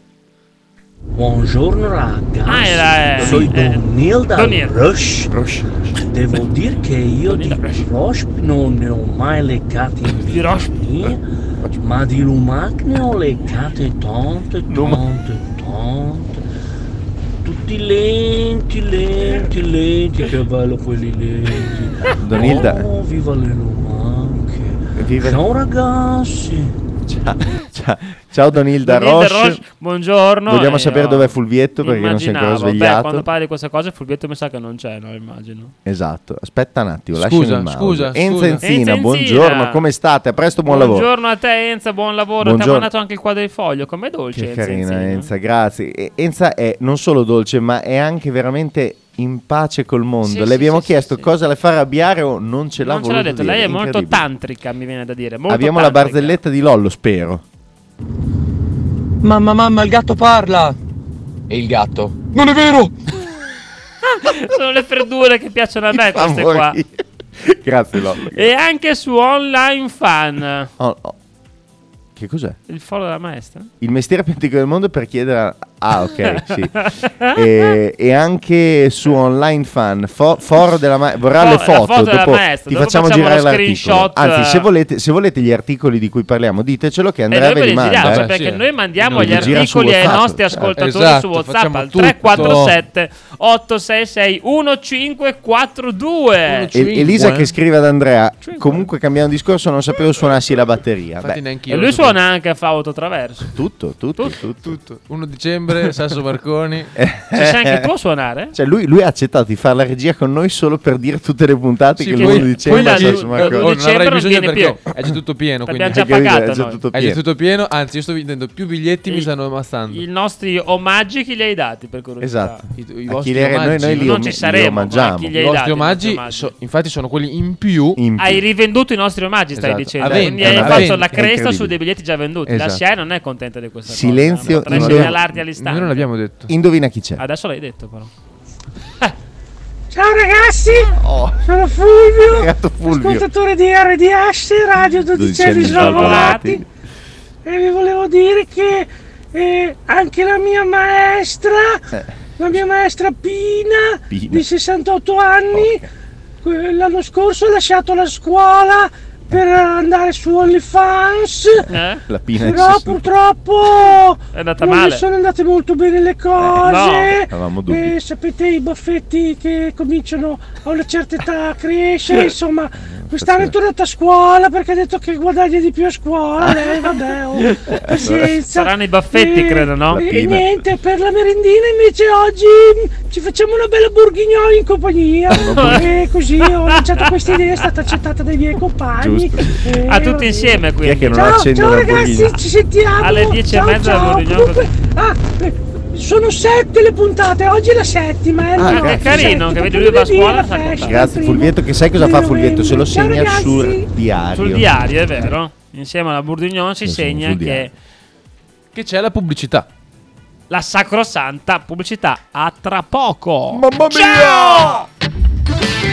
Buongiorno ragazzi,
Ah, era, eh,
sono
eh,
Donil da
Donil.
Rush.
Rush.
Devo dire che io
Donil
di
da Rush.
Rush non ne ho mai leccati in
Di
vita
Rush.
mia, ma di Lumac ne ho leccate tante, tante, tante. Tutti lenti, lenti, lenti, che bello quelli lenti.
Donilda.
Oh, viva le lumache.
Viva-
Ciao ragazzi.
Ciao, ciao, ciao Donilda
Daniel
Roche.
De Roche, buongiorno.
Vogliamo
eh,
sapere
oh,
dov'è Fulvietto perché non si è
immaginavo.
ancora
Beh,
svegliato.
quando parli di queste cose, Fulvietto mi sa che non c'è, no? Immagino.
Esatto, aspetta un attimo,
Scusa,
lasciami il mouse.
scusa,
Enza
scusa.
Enzina,
Enza Enzina.
buongiorno, come state? A presto, buon lavoro.
Buongiorno a te, Enza, buon lavoro. Ti
Buongiorno.
ha mandato anche il quadrifoglio, com'è dolce.
Che
Enza,
carina
Enzina.
Enza, grazie. E- Enza è non solo dolce, ma è anche veramente in pace col mondo.
Sì,
le
sì,
abbiamo
sì,
chiesto
sì, sì.
cosa le fa arrabbiare o non ce l'ha
Non ce l'ha
voluto
detto,
dire,
lei è molto
incredibile.
tantrica, mi viene da dire. molto
Abbiamo la
tantrica.
barzelletta di Lollo, spero.
Mamma mamma, il gatto parla! E il gatto? Non è vero!
Sono le freddure che piacciono a me
Fa
queste qua.
morire. Grazie Lollo.
E anche su Online Fan.
Oh, oh. Che cos'è?
Il follow della maestra?
Il mestiere più antico del mondo per chiedere... a- Ah, ok, sì. e, e anche su online fan, fo- foro della ma- vorrà
Fo-
le
la
foto,
foto della
dopo
maestra,
ti
dopo
facciamo
facciamo
girare
lo
l'articolo.
screenshot,
Anzi, se
eh.
volete, se volete gli articoli di cui parliamo, ditecelo che Andrea
e noi
ve
ve
li manda.
giriamo
eh.
Beh,
perché
sì.
noi mandiamo
Noi
gli
li gira su
articoli ai
WhatsApp,
nostri
eh.
ascoltatori
Esatto,
su WhatsApp
facciamo
al
tutto.
347 866 1542.
E- Elisa
eh.
che scrive ad Andrea,
Cinque.
comunque cambiando discorso non sapevo suonassi la batteria.
Infatti
Beh,
neanche io
E
lo
lui
so.
suona anche a flauto traverso.
tutto, tutto,
Tutto.
tutto.
tutto. 1 dicembre, Sasso Marconi.
Ci sei anche tu a suonare?
Cioè lui, lui ha accettato di fare la regia con noi solo per dire tutte le puntate
Sì,
che cioè,
poi-
l'uno dicembre
poi la-
sa su Marco-
eh,
Oh, non
dicembre
avrai
non
bisogno
viene
perché
più.
è già tutto pieno.
Perché
Quindi.
abbiamo già
Hai capito?
pagato
È già
noi.
tutto
È già
pieno.
tutto pieno, anzi io sto vendendo più biglietti, mi stanno ammazzando.
I nostri omaggi chi li hai dati per curiosità?
Esatto.
I, i
A
vostri
chi le- noi-
omaggi,
noi li
Non
om-
ci
li
saremo, ma
omaggiamo.
chi li
i
hai dati,
vostri
i
omaggi,
nostri
so- infatti sono quelli in più.
In più.
Hai rivenduto i nostri omaggi, stai
Esatto.
dicendo.
A venti,
Quindi hai
a
fatto
venti.
la
È
cresta su
incredibile.
dei biglietti già venduti. La
Esatto.
SIAE non è contenta di questa
Silenzio,
cosa. Potrei
non-
segnalarti
Noi
all'istante.
non l'abbiamo detto.
Indovina chi c'è.
Adesso l'hai detto, però.
Ciao ragazzi,
Oh,
sono Fulvio,
Gatto Fulvio.
ascoltatore di RDH, Radio 12
Dodicenni
Svalvolati e vi volevo dire che eh, anche la mia maestra,
Eh.
la mia maestra Pina,
Pina.
di 68 anni, que- l'anno scorso ha lasciato la scuola per andare su OnlyFans,
Eh?
La pina di
però
60.
purtroppo
È andata
non gli
male.
sono andate molto bene le cose.
Avevamo dubbi.
Eh, sapete i baffetti che cominciano a una certa età a crescere,
Eh,
insomma, quest'anno è tornata a scuola perché ha detto che guadagna di più a scuola,
Ah.
lei vabbè, oh, pazienza.
Saranno i baffetti, credo, no?
La
E, e
pina.
niente, per la merendina invece oggi mh, ci facciamo una bella bourguignoli in compagnia.
Ah,
e così ho lanciato questa idea, è stata accettata dai miei compagni. Eh,
Giusto.
E
A
va
tutti
bene.
Chi è
insieme, quindi.
che non
Ciao,
accende
ciao
la
ragazzi,
burghina?
ci sentiamo.
Alle 10 e
Ciao,
mezza
ciao.
riunione
Comunque, ah, eh, sono sette le puntate, oggi è la settima. Eh,
Ah,
no,
che
sette,
carino, che
dopo
vedi lui va a
lunedì
scuola,
la
sa
festa,
contare.
Grazie
il primo
Fulvietto, che sai cosa
di
fa Fulvietto? Se lo
novembre.
segna
Ciao,
sul
ragazzi.
diario.
Sul diario, è vero. Insieme alla Bourguignon si
Sì, sì,
segna
sul
che
diario.
Che c'è la pubblicità.
la sacrosanta pubblicità a tra poco.
Mamma mia!
Ciao!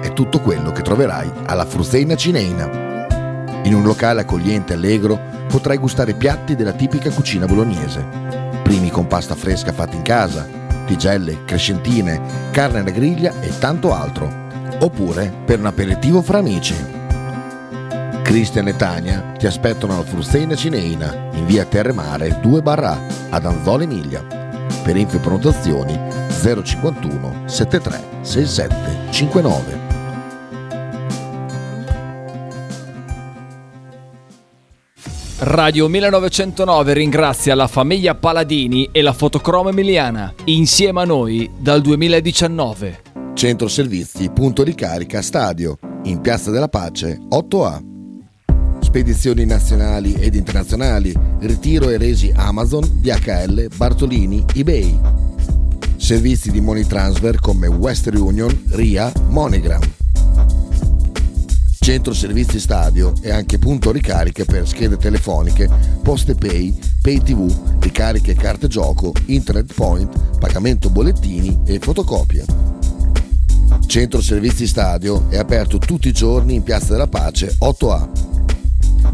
è tutto quello che troverai alla Fruzeina Cineina. In un locale accogliente e allegro potrai gustare piatti della tipica cucina bolognese. Primi con pasta fresca fatta in casa, tigelle, crescentine, carne alla griglia e tanto altro. Oppure per un aperitivo fra amici. Cristian e Tania ti aspettano alla Fruzeina Cineina in via Terremare 2 barra A, ad Anzola Emilia. Per info e prenotazioni 051 73 67 59.
Radio 1909 ringrazia la famiglia Paladini e la fotocromo emiliana, insieme a noi dal 2019.
Centro servizi punto ricarica stadio in Piazza della Pace 8A. Spedizioni nazionali ed internazionali, ritiro e resi Amazon, DHL, Bartolini, eBay. Servizi di money transfer come Western Union, RIA, MoneyGram. Centro Servizi Stadio e anche punto ricariche per schede telefoniche, poste pay, pay tv, ricariche carte gioco, internet point, pagamento bollettini e fotocopia. Centro Servizi Stadio è aperto tutti i giorni in Piazza della Pace 8A.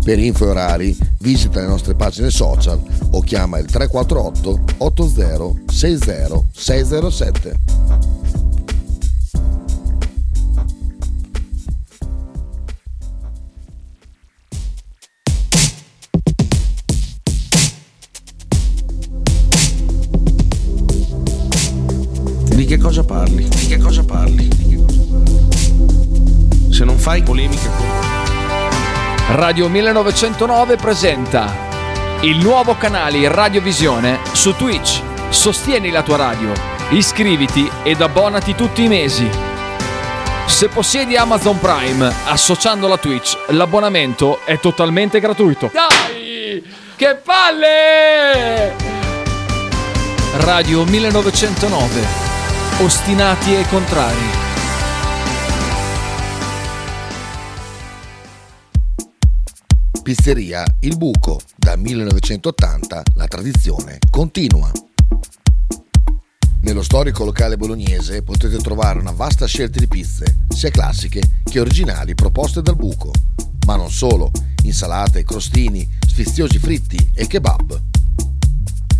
Per info e orari visita le nostre pagine social o chiama il 348 80 60 607.
Fai polemica con...
Radio 1909 presenta il nuovo canale Radiovisione su Twitch. Sostieni la tua radio, iscriviti ed abbonati tutti i mesi. Se possiedi Amazon Prime, associando la Twitch, l'abbonamento è totalmente gratuito. Dai! Che palle! Radio 1909. Ostinati e contrari.
Pizzeria Il Buco, da 1980 la tradizione continua. Nello storico locale bolognese potete trovare una vasta scelta di pizze, sia classiche che originali proposte dal buco, ma non solo, insalate, crostini, sfiziosi fritti e kebab.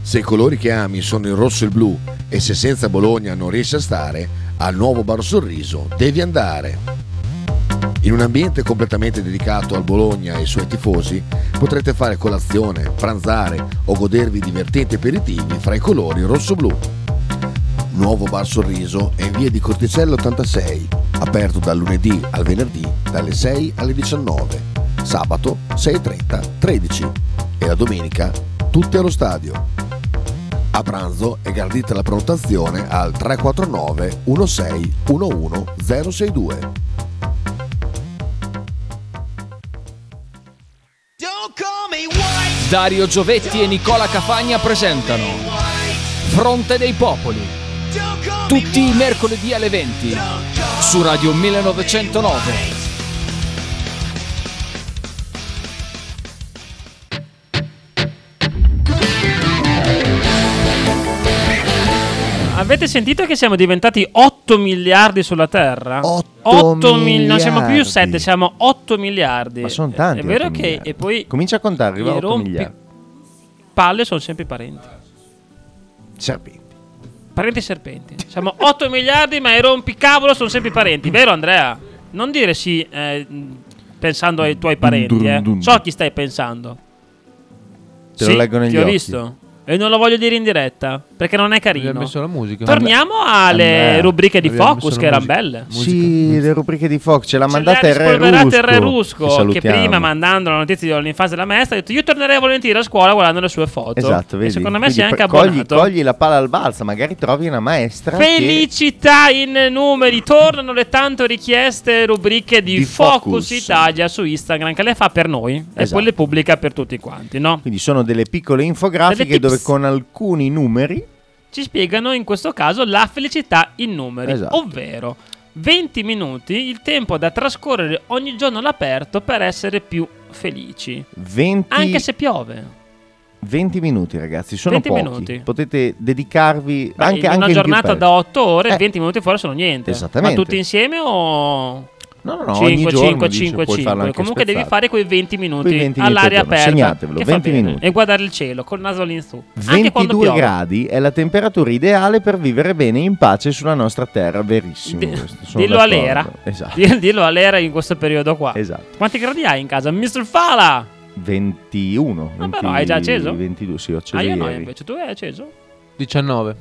Se i colori che ami sono il rosso e il blu e se senza Bologna non riesci a stare, al nuovo Bar Sorriso devi andare. In un ambiente completamente dedicato al Bologna e ai suoi tifosi, potrete fare colazione, pranzare o godervi divertenti aperitivi fra i colori rosso-blu. Nuovo Bar Sorriso è in via di Corticello 86, aperto dal lunedì al venerdì dalle 6 alle 19, sabato 6.30 13 e la domenica tutti allo stadio. A pranzo è gardita la prenotazione al 349 16 11 062.
Dario Giovetti e Nicola Cafagna presentano Fronte dei Popoli. Tutti i mercoledì alle 20 su Radio 1909.
Avete sentito che siamo diventati 8 miliardi sulla Terra?
8
mil- non siamo più
miliardi.
7, siamo 8 miliardi.
Ma sono tanti.
È vero
8
che
miliardi.
e poi
Comincia a contare, arriva a
i
8
rompi-
miliardi.
palle sono sempre i parenti.
Serpenti.
Parenti e serpenti. Siamo 8 miliardi, ma i rompicavolo sono sempre i parenti, vero Andrea? Non dire sì eh, pensando ai tuoi parenti, eh. So a chi stai pensando.
Te lo
Sì,
leggo negli
ti ho
occhi.
visto. E non lo voglio dire in diretta, perché non è
Abbiamo
carino.
messo la musica.
Torniamo alle
Andrea,
rubriche di
abbiamo
Focus
messo
che
la
erano
musica.
belle. Cioè,
Sì, le rubriche di Fox ce l'ha
Ce le ha
mandata il re
rispolverate
rusco.
il re rusco che
salutiamo.
prima mandando la notizia di OnlyFans della maestra ha detto io tornerei volentieri a scuola guardando le sue foto
Esatto,
E
vedi.
secondo me
Quindi
si è anche
pre- cogli-
abbonato
Cogli, la palla al balza, magari trovi una maestra. che-
Felicità in numeri, tornano le tanto richieste rubriche di,
Di
Focus.
Focus.
Italia su Instagram che le fa per noi e
Esatto.
poi le pubblica per tutti quanti, no?
Quindi sono delle piccole infografiche
Delle tips.
dove con alcuni numeri
Ci spiegano in questo caso la felicità in numeri,
Esatto.
ovvero 20 minuti il tempo da trascorrere ogni giorno all'aperto per essere più felici,
20,
anche se piove.
20 minuti, ragazzi, sono
20
pochi.
minuti.
Potete dedicarvi
Beh,
anche
in
anche
una
di più
giornata
per-
da 8 ore,
Eh.
20 minuti fuori sono niente.
Esattamente.
Ma tutti insieme o
No, no, no,
5,
ogni
5,
giorno
5,
dice, puoi farlo anche
Comunque devi
spezzato.
fare quei 20 minuti,
Quei 20 minuti
all'aria
al giorno,
aperta.
segnatevelo,
che fa
20
bene,
minuti.
E guardare il cielo col naso all'insù. Anche quando
22
piove.
gradi è la temperatura ideale per vivere bene in pace sulla nostra terra, verissimo.
Di-
questo, sono
dillo
d'accordo.
all'era.
Esatto.
Di- Dillo all'era in questo periodo qua.
Esatto.
Quanti gradi hai in casa? Mister Fala!
21.
Ah,
20
però hai già acceso?
22, sì, ho acceso
Ah, io no,
ieri.
invece. Tu hai acceso?
19.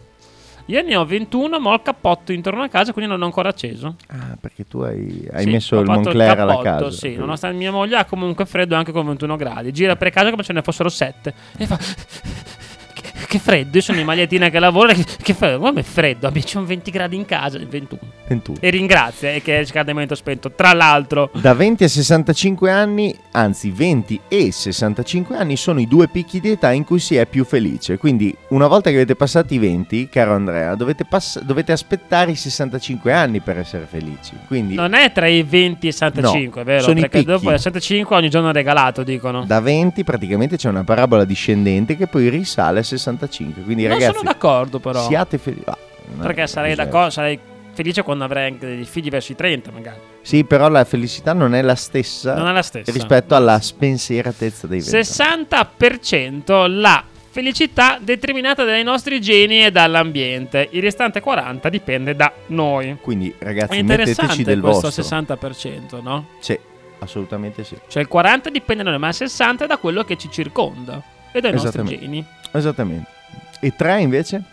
Io ne ho 21, ma ho il cappotto intorno a casa, quindi non ho ancora acceso.
Ah, perché tu hai, hai
Sì,
messo
ho
il
fatto
Moncler alla
cappotto,
casa.
Sì, nonostante mia moglie ha comunque freddo anche con 21 gradi. Gira per casa come se ne fossero 7. E fa... Che, che freddo, io sono in magliettina che lavora. Che, che freddo, come è freddo? Abbi- C'è un 20 gradi in casa, il 21.
21.
E ringrazia eh, che è il scaldamento spento. Tra l'altro...
Da 20 a 65 anni, anzi 20 e 65 anni sono i due picchi di età in cui si è più felice. Quindi una volta che avete passato i 20, caro Andrea, dovete, pass- dovete aspettare i 65 anni per essere felici. Quindi
Non è tra i 20 e i 65,
No,
vero?
sono i
Perché
picchi.
dopo il 65 ogni giorno è regalato, dicono.
da 20 praticamente c'è una parabola discendente che poi risale a 65. Quindi
non
ragazzi,
sono d'accordo però.
siate ah, felici. eh, cioè, certo.
perché sarei d'accordo, sarei felice quando avrai anche dei figli verso i 30 magari.
Sì, però la felicità non è la stessa,
Non è la stessa.
rispetto alla spensieratezza dei venti.
60% la felicità determinata dai nostri geni e dall'ambiente, il restante 40% dipende da noi.
Quindi,
È
ragazzi, metteteci
interessante
del
questo
vostro.
60%, no?
Sì, assolutamente sì.
Cioè il 40 dipende da noi, ma il 60 da quello che ci circonda e dai nostri
Esattamente.
geni.
Esattamente. E tre invece?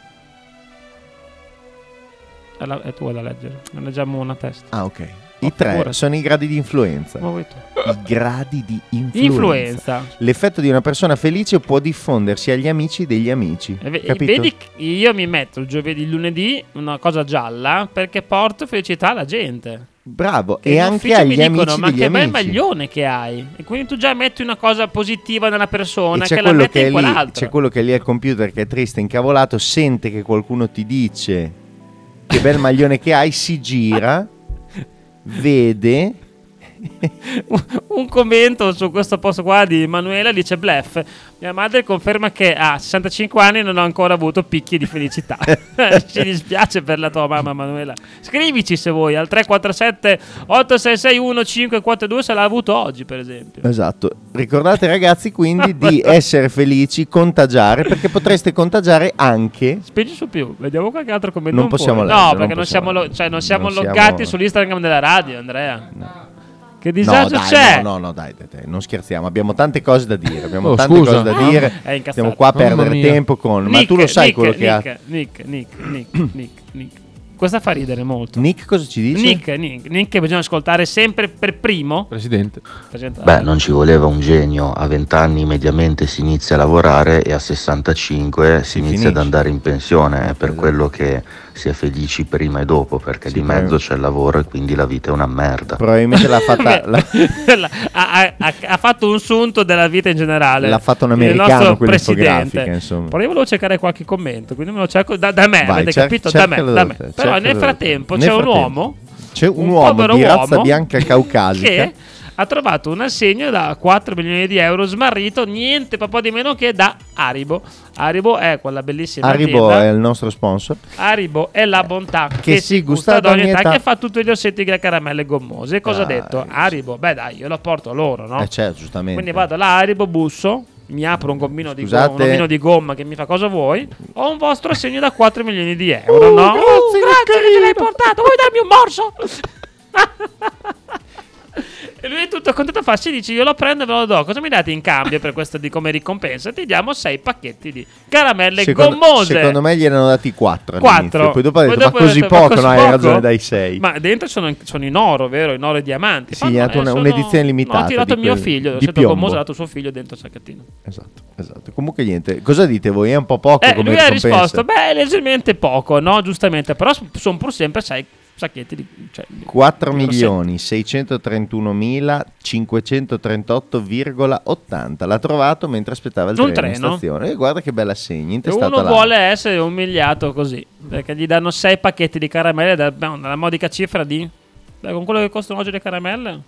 È, la- è tua da leggere, ne leggiamo una a testa.
Ah, ok.
Oh,
I tre
figurati.
sono i gradi di influenza.
Ma vuoi tu?
I gradi di influenza.
Oh. Influenza.
L'effetto di una persona felice può diffondersi agli amici degli amici.
E Eh, ve- e
capito?
Vedi, che io mi metto il giovedì, il lunedì, una cosa gialla perché porto felicità alla gente.
Bravo.
Che
E
in
anche
ufficio mi
agli
dicono,
amici
ma
degli
che bel
amici.
maglione che hai. E quindi tu già metti una cosa positiva nella
E
persona
c'è
che la
quello
metti
che, è
in
lì,
quell'altro.
c'è quello che è lì al computer che è triste, incavolato, sente che qualcuno ti dice che bel maglione che hai, si gira, vede,
Un commento su questo posto qua di Manuela dice bluff. Mia madre conferma che a 65 anni non ho ancora avuto picchi di felicità. Ci dispiace per la tua mamma Manuela. Scrivici se vuoi al 347 866 1542 se l'ha avuto oggi per esempio.
Esatto, ricordate ragazzi quindi di essere felici, contagiare, perché potreste contagiare anche...
Spingi su più, vediamo qualche altro commento.
Non
un po'.
possiamo
No,
leggere,
perché non,
non possiamo
siamo, lo-
leggere.
cioè, non siamo
Non siamo-
loggati sull'Instagram della radio, Andrea. Che
No,
disagio
dai,
c'è?
no, no, no, dai, dai, dai, non scherziamo, abbiamo tante cose da dire, abbiamo
Oh,
tante
scusa.
cose da dire,
È incazzato.
stiamo qua a
Mamma
perdere
mia.
tempo con... Ma
Nick,
tu lo sai
Nick,
quello che
Nick,
ha...
Nick, Nick, Nick, Nick, Nick. Questa fa ridere molto.
Nick cosa ci dice?
Nick, Nick, Nick che bisogna ascoltare sempre per primo.
Presidente.
Beh, non ci voleva un genio, a 20 anni mediamente si inizia a lavorare e a 65 si inizia ad
finisce. Esatto.
andare in pensione, è per quello che si è felici prima e dopo, perché
Sì,
di
poi-
mezzo c'è il lavoro e quindi la vita è una merda.
Probabilmente l'ha fatta... la-
La- ha, ha- ha- ha fatto un sunto della vita in generale.
L'ha fatto un
Il
americano,
nostro
quella
presidente.
infografica, insomma.
Poi io volevo cercare qualche commento, quindi me lo cerco da, da me,
Vai,
avete
cer-
capito? Da me,
cercalo
da
da
me.
te,
Però
cercalo
nel
da
frattempo
te.
c'è
Nel
un
frattempo
uomo,
c'è un
un
uomo
povero
di razza
uomo
bianca
che
caucasica.
ha trovato un assegno da 4 milioni di euro smarrito, niente proprio di meno che da Aribo. Aribo è quella bellissima
Haribo
azienda.
è il nostro sponsor.
Aribo è la bontà che,
Che
si gusta ad ogni età, che fa tutti gli ossetti che caramelle gommose. E Cosa ha
Dai,
detto?
sì.
Aribo, beh dai, io lo porto a loro, no?
Eh, certo, giustamente.
Quindi vado là, Aribo, busso, mi apro un gommino, di
Scusate.
gomma, un omino di gomma che mi fa cosa vuoi, ho un vostro assegno da 4 milioni di euro,
Uh,
no?
grazie,
Uh,
che
grazie che ce l'hai
carino.
portato, vuoi darmi un morso? E lui è tutto contento a farsi, dice io lo prendo e ve lo do, cosa mi date in cambio per questo di come ricompensa? Ti diamo 6 pacchetti di caramelle
Secondo,
gommose.
secondo me gli erano dati 4.
4.
Poi dopo ha detto: Ma
ho
così
detto,
poco,
così
no, hai
poco?"
ragione, dai 6.
Ma dentro sono, sono in oro, vero? In oro e diamanti. eh,
Sì, gli ha dato una- un'edizione limitata
Ho tirato
di
mio
quelle-
figlio, è
di
stato
piombo.
commosso, ha dato suo figlio dentro il sacchettino.
Esatto, esatto. Comunque, niente. Cosa dite voi? È un po' poco
Eh,
come
lui ha
ricompensa?
risposto, beh, leggermente poco, no? Giustamente, però sono pur sempre, sai, sacchetti di... Cioè,
4
di
milioni 631.538,80 l'ha trovato mentre aspettava il
Un
treno, in
treno.
stazione. E guarda che bella segna.
rossetti. E
Intestata
uno
là.
vuole essere umiliato così, perché gli danno 6 pacchetti di caramelle da, da una modica cifra di... Beh, con quello che costano oggi le caramelle?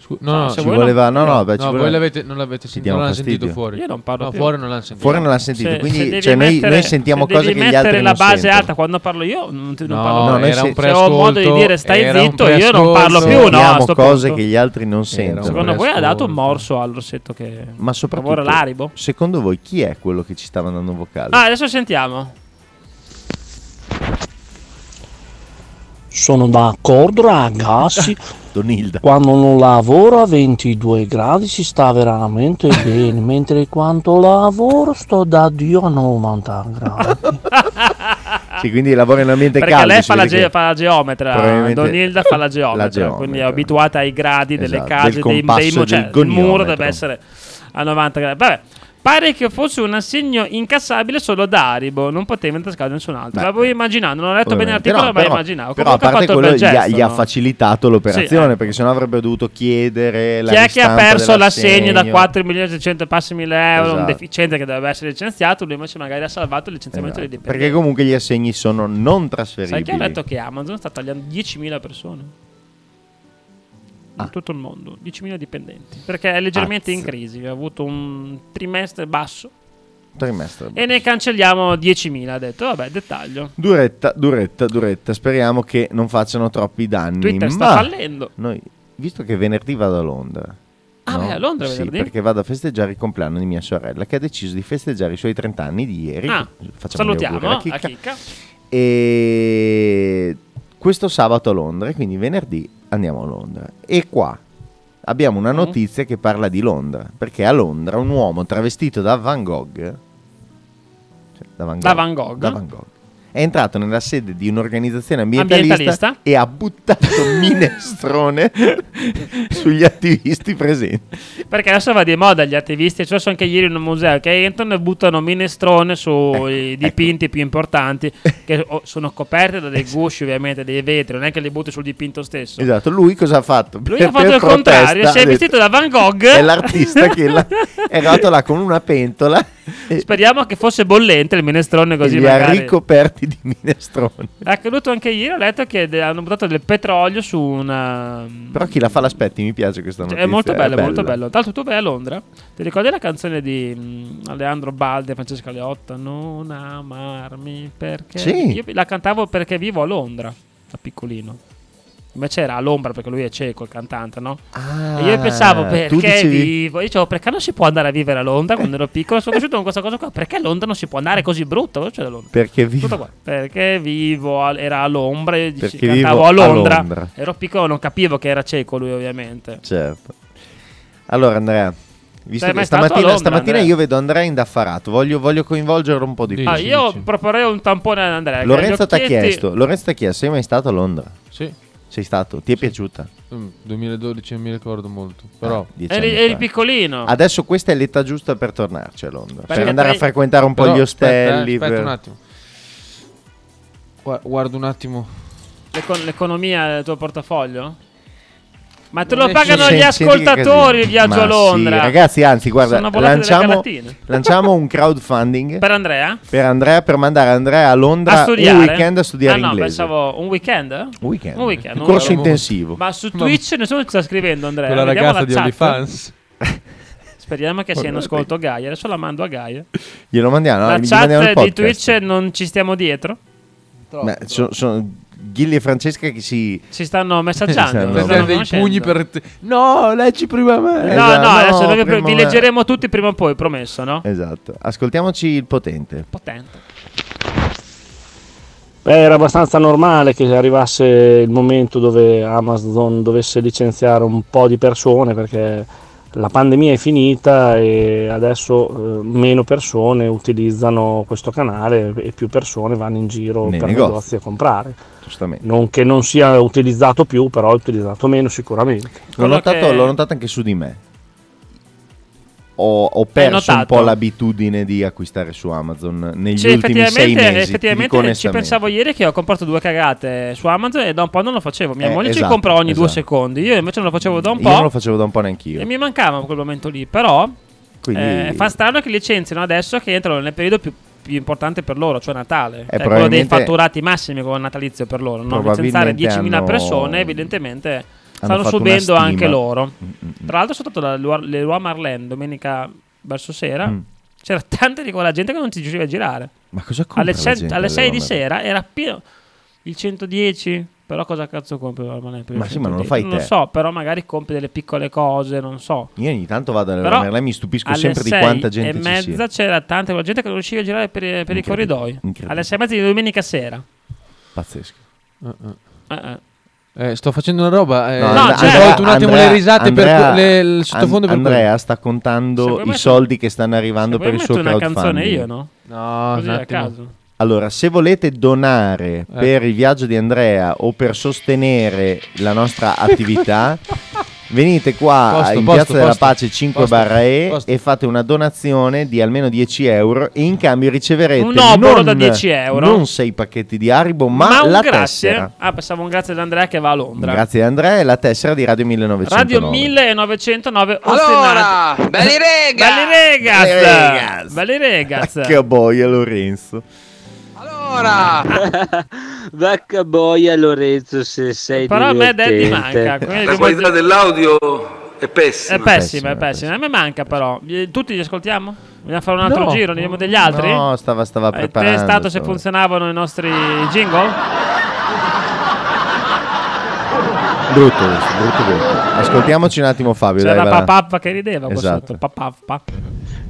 Scu-
No,
no, no,
se
Ci
no,
vuoi-
voleva, no, no, beh, ci
no,
voleva-
voi l'avete, non l'avete
Ti
sentito,
diamo
non l'hanno
fastidio.
sentito fuori.
Io non parlo
no,
più.
fuori non l'hanno sentito.
Fuori non l'ha sentito,
Se- se
quindi
devi
cioè, noi,
mettere-
noi sentiamo
se
cose che
devi
gli altri
mettere
non
la base
sentono.
alta quando parlo io, non, ti, non
No,
parlo
no, noi se-
era un
Se ho modo di
preascolto,
dire stai
era un
zitto, io non
preascolto.
parlo più, no? a
Sentiamo
sto
cose
punto. Eh,
che gli altri non sentono.
Secondo voi ha dato un
Ascolta.
morso al rossetto che
Ma soprattutto,
lavora l'aribo?
secondo voi chi è quello che ci stava dando un vocale?
Ah, adesso sentiamo.
Sono d'accordo ragazzi,
Donilda.
quando non lavoro a 22 gradi si sta veramente bene, mentre quando lavoro sto da Dio a 90 gradi.
Sì, quindi lavora in un ambiente
Ah. Perché
caldo.
lei
si
fa la,
vede
ge-
che-
fa la geometra,
probabilmente
Donilda fa la
la
geometra,
geometra.
quindi è abituata ai gradi delle
Esatto,
case,
del
dei,
compasso
dei
e
mo-
del
cioè, il muro
goniometro.
deve essere a 90 gradi. Vabbè. Pare che fosse un assegno incassabile solo da Aribo, non poteva intascare nessun altro.
Beh.
L'avevo immaginato, non ho letto bene
Ovviamente.
l'articolo,
No,
ma
però-
immaginavo.
Però a
Comunque ha
parte
fatto un
quello
bel
gli, ha,
gesto.
gli ha
no?
facilitato l'operazione,
Sì, eh.
perché sennò avrebbe dovuto chiedere la
Chi è che ha
ristampa
perso l'assegno
dell'assegno.
da 4 milioni passi 1000 euro? Un
Esatto.
deficiente che doveva essere licenziato, lui invece magari ha salvato il licenziamento
Esatto,
dei dipendenti.
Perché comunque gli assegni sono non trasferibili.
Sai che ho letto che Amazon sta tagliando 10.000 persone
Ah.
in tutto il mondo, 10.000 dipendenti, perché è leggermente in
Azza.
crisi, ha avuto un trimestre basso
trimestre.
E ne cancelliamo 10.000. Ha detto, vabbè, dettaglio.
Duretta, duretta, duretta. Speriamo che non facciano troppi danni.
Twitter sta
ma
fallendo.
noi, visto che venerdì vado a Londra.
Ah,
no?
beh, a Londra
sì,
venerdì?
perché vado a festeggiare il compleanno di mia sorella che ha deciso di festeggiare i suoi 30 anni di ieri.
Ah,
Ecco, Facciamo gli
Salutiamo
auguri alla
la chicca.
E questo sabato a Londra, e quindi venerdì andiamo a Londra. E qua abbiamo
Mm.
una notizia che parla di Londra, perché a Londra un uomo travestito da Van Gogh, cioè da Van Gogh,
Da Van Gogh.
da Van Gogh, è entrato nella sede di un'organizzazione ambientalista,
Ambientalista.
e ha buttato minestrone sugli attivisti presenti.
Perché adesso va di moda gli attivisti, c'è anche ieri in un museo che entrano e buttano minestrone sui
Ecco,
dipinti più importanti, che o- sono coperti da dei gusci ovviamente, dei vetri, non è che li butti sul dipinto stesso.
Esatto, lui cosa ha fatto?
Lui ha fatto il contrario, si è vestito da Van Gogh.
eh, È l'artista che la- è andato là con una pentola e-
Speriamo che fosse bollente il minestrone così
li
magari.
ha ricoperti di minestrone.
È accaduto anche ieri, ho letto che de- hanno buttato del petrolio su una...
Però chi la fa l'aspetti mi piace questa
Cioè,
notizia.
è molto bello,
è
molto bello. Tanto tu vai a Londra, ti ricordi la canzone di mm, Aleandro Balde e Francesca Leotta? Non amarmi perché.
Sì.
Io la cantavo perché vivo a Londra, da piccolino. Invece era a Lombra perché lui è cieco il cantante, no?
Ah,
e io pensavo
tu
perché
dicevi-
vivo. Io dicevo perché non si può andare a vivere a Londra quando ero piccolo? Sono cresciuto con questa cosa qua. Perché a Londra non si può andare così brutto? Cosa c'è da Londra?
Perché
Tutto
vivo.
qua. Perché vivo, a- era a Londra, io dici-
Perché vivo
cantavo a
a
Londra.
Londra.
Ero piccolo, non capivo che era cieco lui ovviamente.
Certo. Allora Andrea, visto
Sei
che
mai stato a
stamattina,
Londra,
stamattina
Andrea?
io vedo Andrea indaffarato, voglio, voglio coinvolgerlo un po' di
Sì.
più.
Ah, io
sì.
proporrei un tampone ad Andrea. che gli
Lorenzo ti ha
occhietti-
chiesto, Lorenzo ti ha chiesto, sei mai stato a Londra?
Sì.
Sei stato, ti è piaciuta?
Mm, 2012 non mi ricordo molto. Però.
Ah, dieci
Eri,
anni
eri
fa.
piccolino.
Adesso questa è l'età giusta per tornarci a Londra, per
Perché
andare a
poi-
frequentare un po'
però,
gli
aspetta, eh,
ostelli.
Aspetta,
per-
un attimo. Gua- Guardo un attimo.
L'econ- l'economia del tuo portafoglio? Ma te
Non
lo
è-
pagano
Sen-
gli
senti che
ascoltatori
casino.
il viaggio
Ma
a Londra.
Sì, ragazzi, anzi, guarda,
Sono volate delle
lanciamo,
carlatine.
lanciamo un crowdfunding
Per Andrea?
per Andrea per mandare Andrea a Londra
A studiare.
un weekend a studiare
ah, no,
inglese.
pensavo un weekend?
Un weekend.
Un weekend,
Un
un
corso
weekend.
intensivo.
Ma su
Ma-
Twitch nessuno ci sta scrivendo, Andrea.
Quella
Vediamo
ragazza
la
di
chat.
OnlyFans.
Speriamo che sia in
Guardate.
ascolto Gaia. Adesso la mando a Gaia.
Glielo mandiamo,
la
gli mandiamo il
chat di
podcast.
Twitch non ci stiamo dietro.
Ma sono, sono Ghilli e Francesca che si
Ci stanno messaggiando.
Sì, stanno-
ci stanno
Prendendo dei
conoscendo.
pugni per. te- No, leggi prima me.
No,
Esatto,
no,
no,
adesso noi vi-
prima-
vi leggeremo tutti prima o poi, promesso, no?
Esatto. Ascoltiamoci il potente.
Potente.
Beh, era abbastanza normale che arrivasse il momento dove Amazon dovesse licenziare un po' di persone perché la pandemia è finita e adesso eh, meno persone utilizzano questo canale e più persone vanno in giro
Nei
per
negozi.
negozi a comprare.
Giustamente.
Non che non sia utilizzato più, però è utilizzato meno sicuramente.
L'ho
Quello
notato,
che-
l'ho notato anche su di me. Ho, ho perso un
notato?
po' l'abitudine di acquistare su Amazon negli
Cioè,
ultimi sei mesi.
effettivamente,
ti dico
effettivamente ci
onestamente.
pensavo ieri che ho comprato due cagate su Amazon e da un po' non lo facevo. Mia
Eh,
moglie ci
esatto,
compra ogni due
esatto.
secondi, io invece non lo facevo da un
Io non lo
po'
facevo da un po' neanch'io.
e mi mancava quel momento lì. Però
Quindi...
eh, fa strano che licenziano adesso che entrano nel periodo più, più importante per loro, cioè Natale. È quello dei
Eh, probabilmente-
fatturati massimi con natalizio per loro. No? Licenziare
Probabilmente
10.000
hanno-
persone evidentemente stanno
fatto una
subendo
stima.
anche loro.
Mm, mm,
Tra l'altro sono stato alla Leroy Marlène domenica verso sera.
Mm.
C'era tanta di quella gente che non si riusciva a girare.
Ma cosa compra
Alle,
la
cent-
gente
alle 6 di
allora?
sera era pieno il 110. Però cosa cazzo compri Leroy Merlin per il
Ma sì, ma non lo
110?
fai
Non
te.
so, però magari compri delle piccole cose, non so.
Io ogni tanto vado a
Però
Merlin mi stupisco
alle
sempre di
sei
quanta gente
e
ci sia.
mezza c'era tanta quella gente che non riusciva a girare per, per i
Incredibile,
corridoi.
incredibile.
Alle 6 e mezza di domenica sera.
Pazzesco.
Eh, eh.
Eh, sto facendo una roba. Eh,
No,
And-
cioè-
ho tolto un attimo
Andrea-
le risate per
Andrea-
que- le- il sottofondo
An-
per quello.
Andrea sta
Se
contando
vuoi
i
metto-
soldi che stanno
Se
arrivando
vuoi
per il
metto
suo
una
crowdfunding.
canzone io, no?
No,
Così
Ah, un
Cioè, a
attimo.
caso.
Allora, se volete donare per il viaggio di Andrea o per sostenere la nostra attività, venite qua
Posto,
in
posto,
Piazza della
posto,
Pace 5
posto,
barra E
posto.
e fate una donazione di almeno 10 euro e in cambio riceverete
Un obolo
non-
da 10 euro.
non 6 pacchetti di Haribo, ma,
un
la
grazie.
tessera.
Ah, pensavo un grazie ad Andrea che va a Londra.
Grazie Andrea e la tessera di Radio 1909.
Radio 1909 Ostinati.
Allora, belli rega!
Belli Regas!
Belli Regas!
Belli Regas!
Che boia Lorenzo.
Allora,
Vacca boia Lorenzo se sei
Però a me Daddy manca. quindi
La
devo-
qualità dell'audio è pessima.
È pessima, è
Pessima,
pessima. A me manca però. Eh, Tutti li ascoltiamo? Vogliamo fare un altro
No.
giro? Ne abbiamo degli altri? Eh,
No, stava, stava
Hai
preparando.
testato se
stava-
funzionavano i nostri jingle?
Brutto questo, brutto brutto. Ascoltiamoci un attimo Fabio,
C'era
dai. va là.
papappa che rideva qua
Esatto.
sotto. Papappa.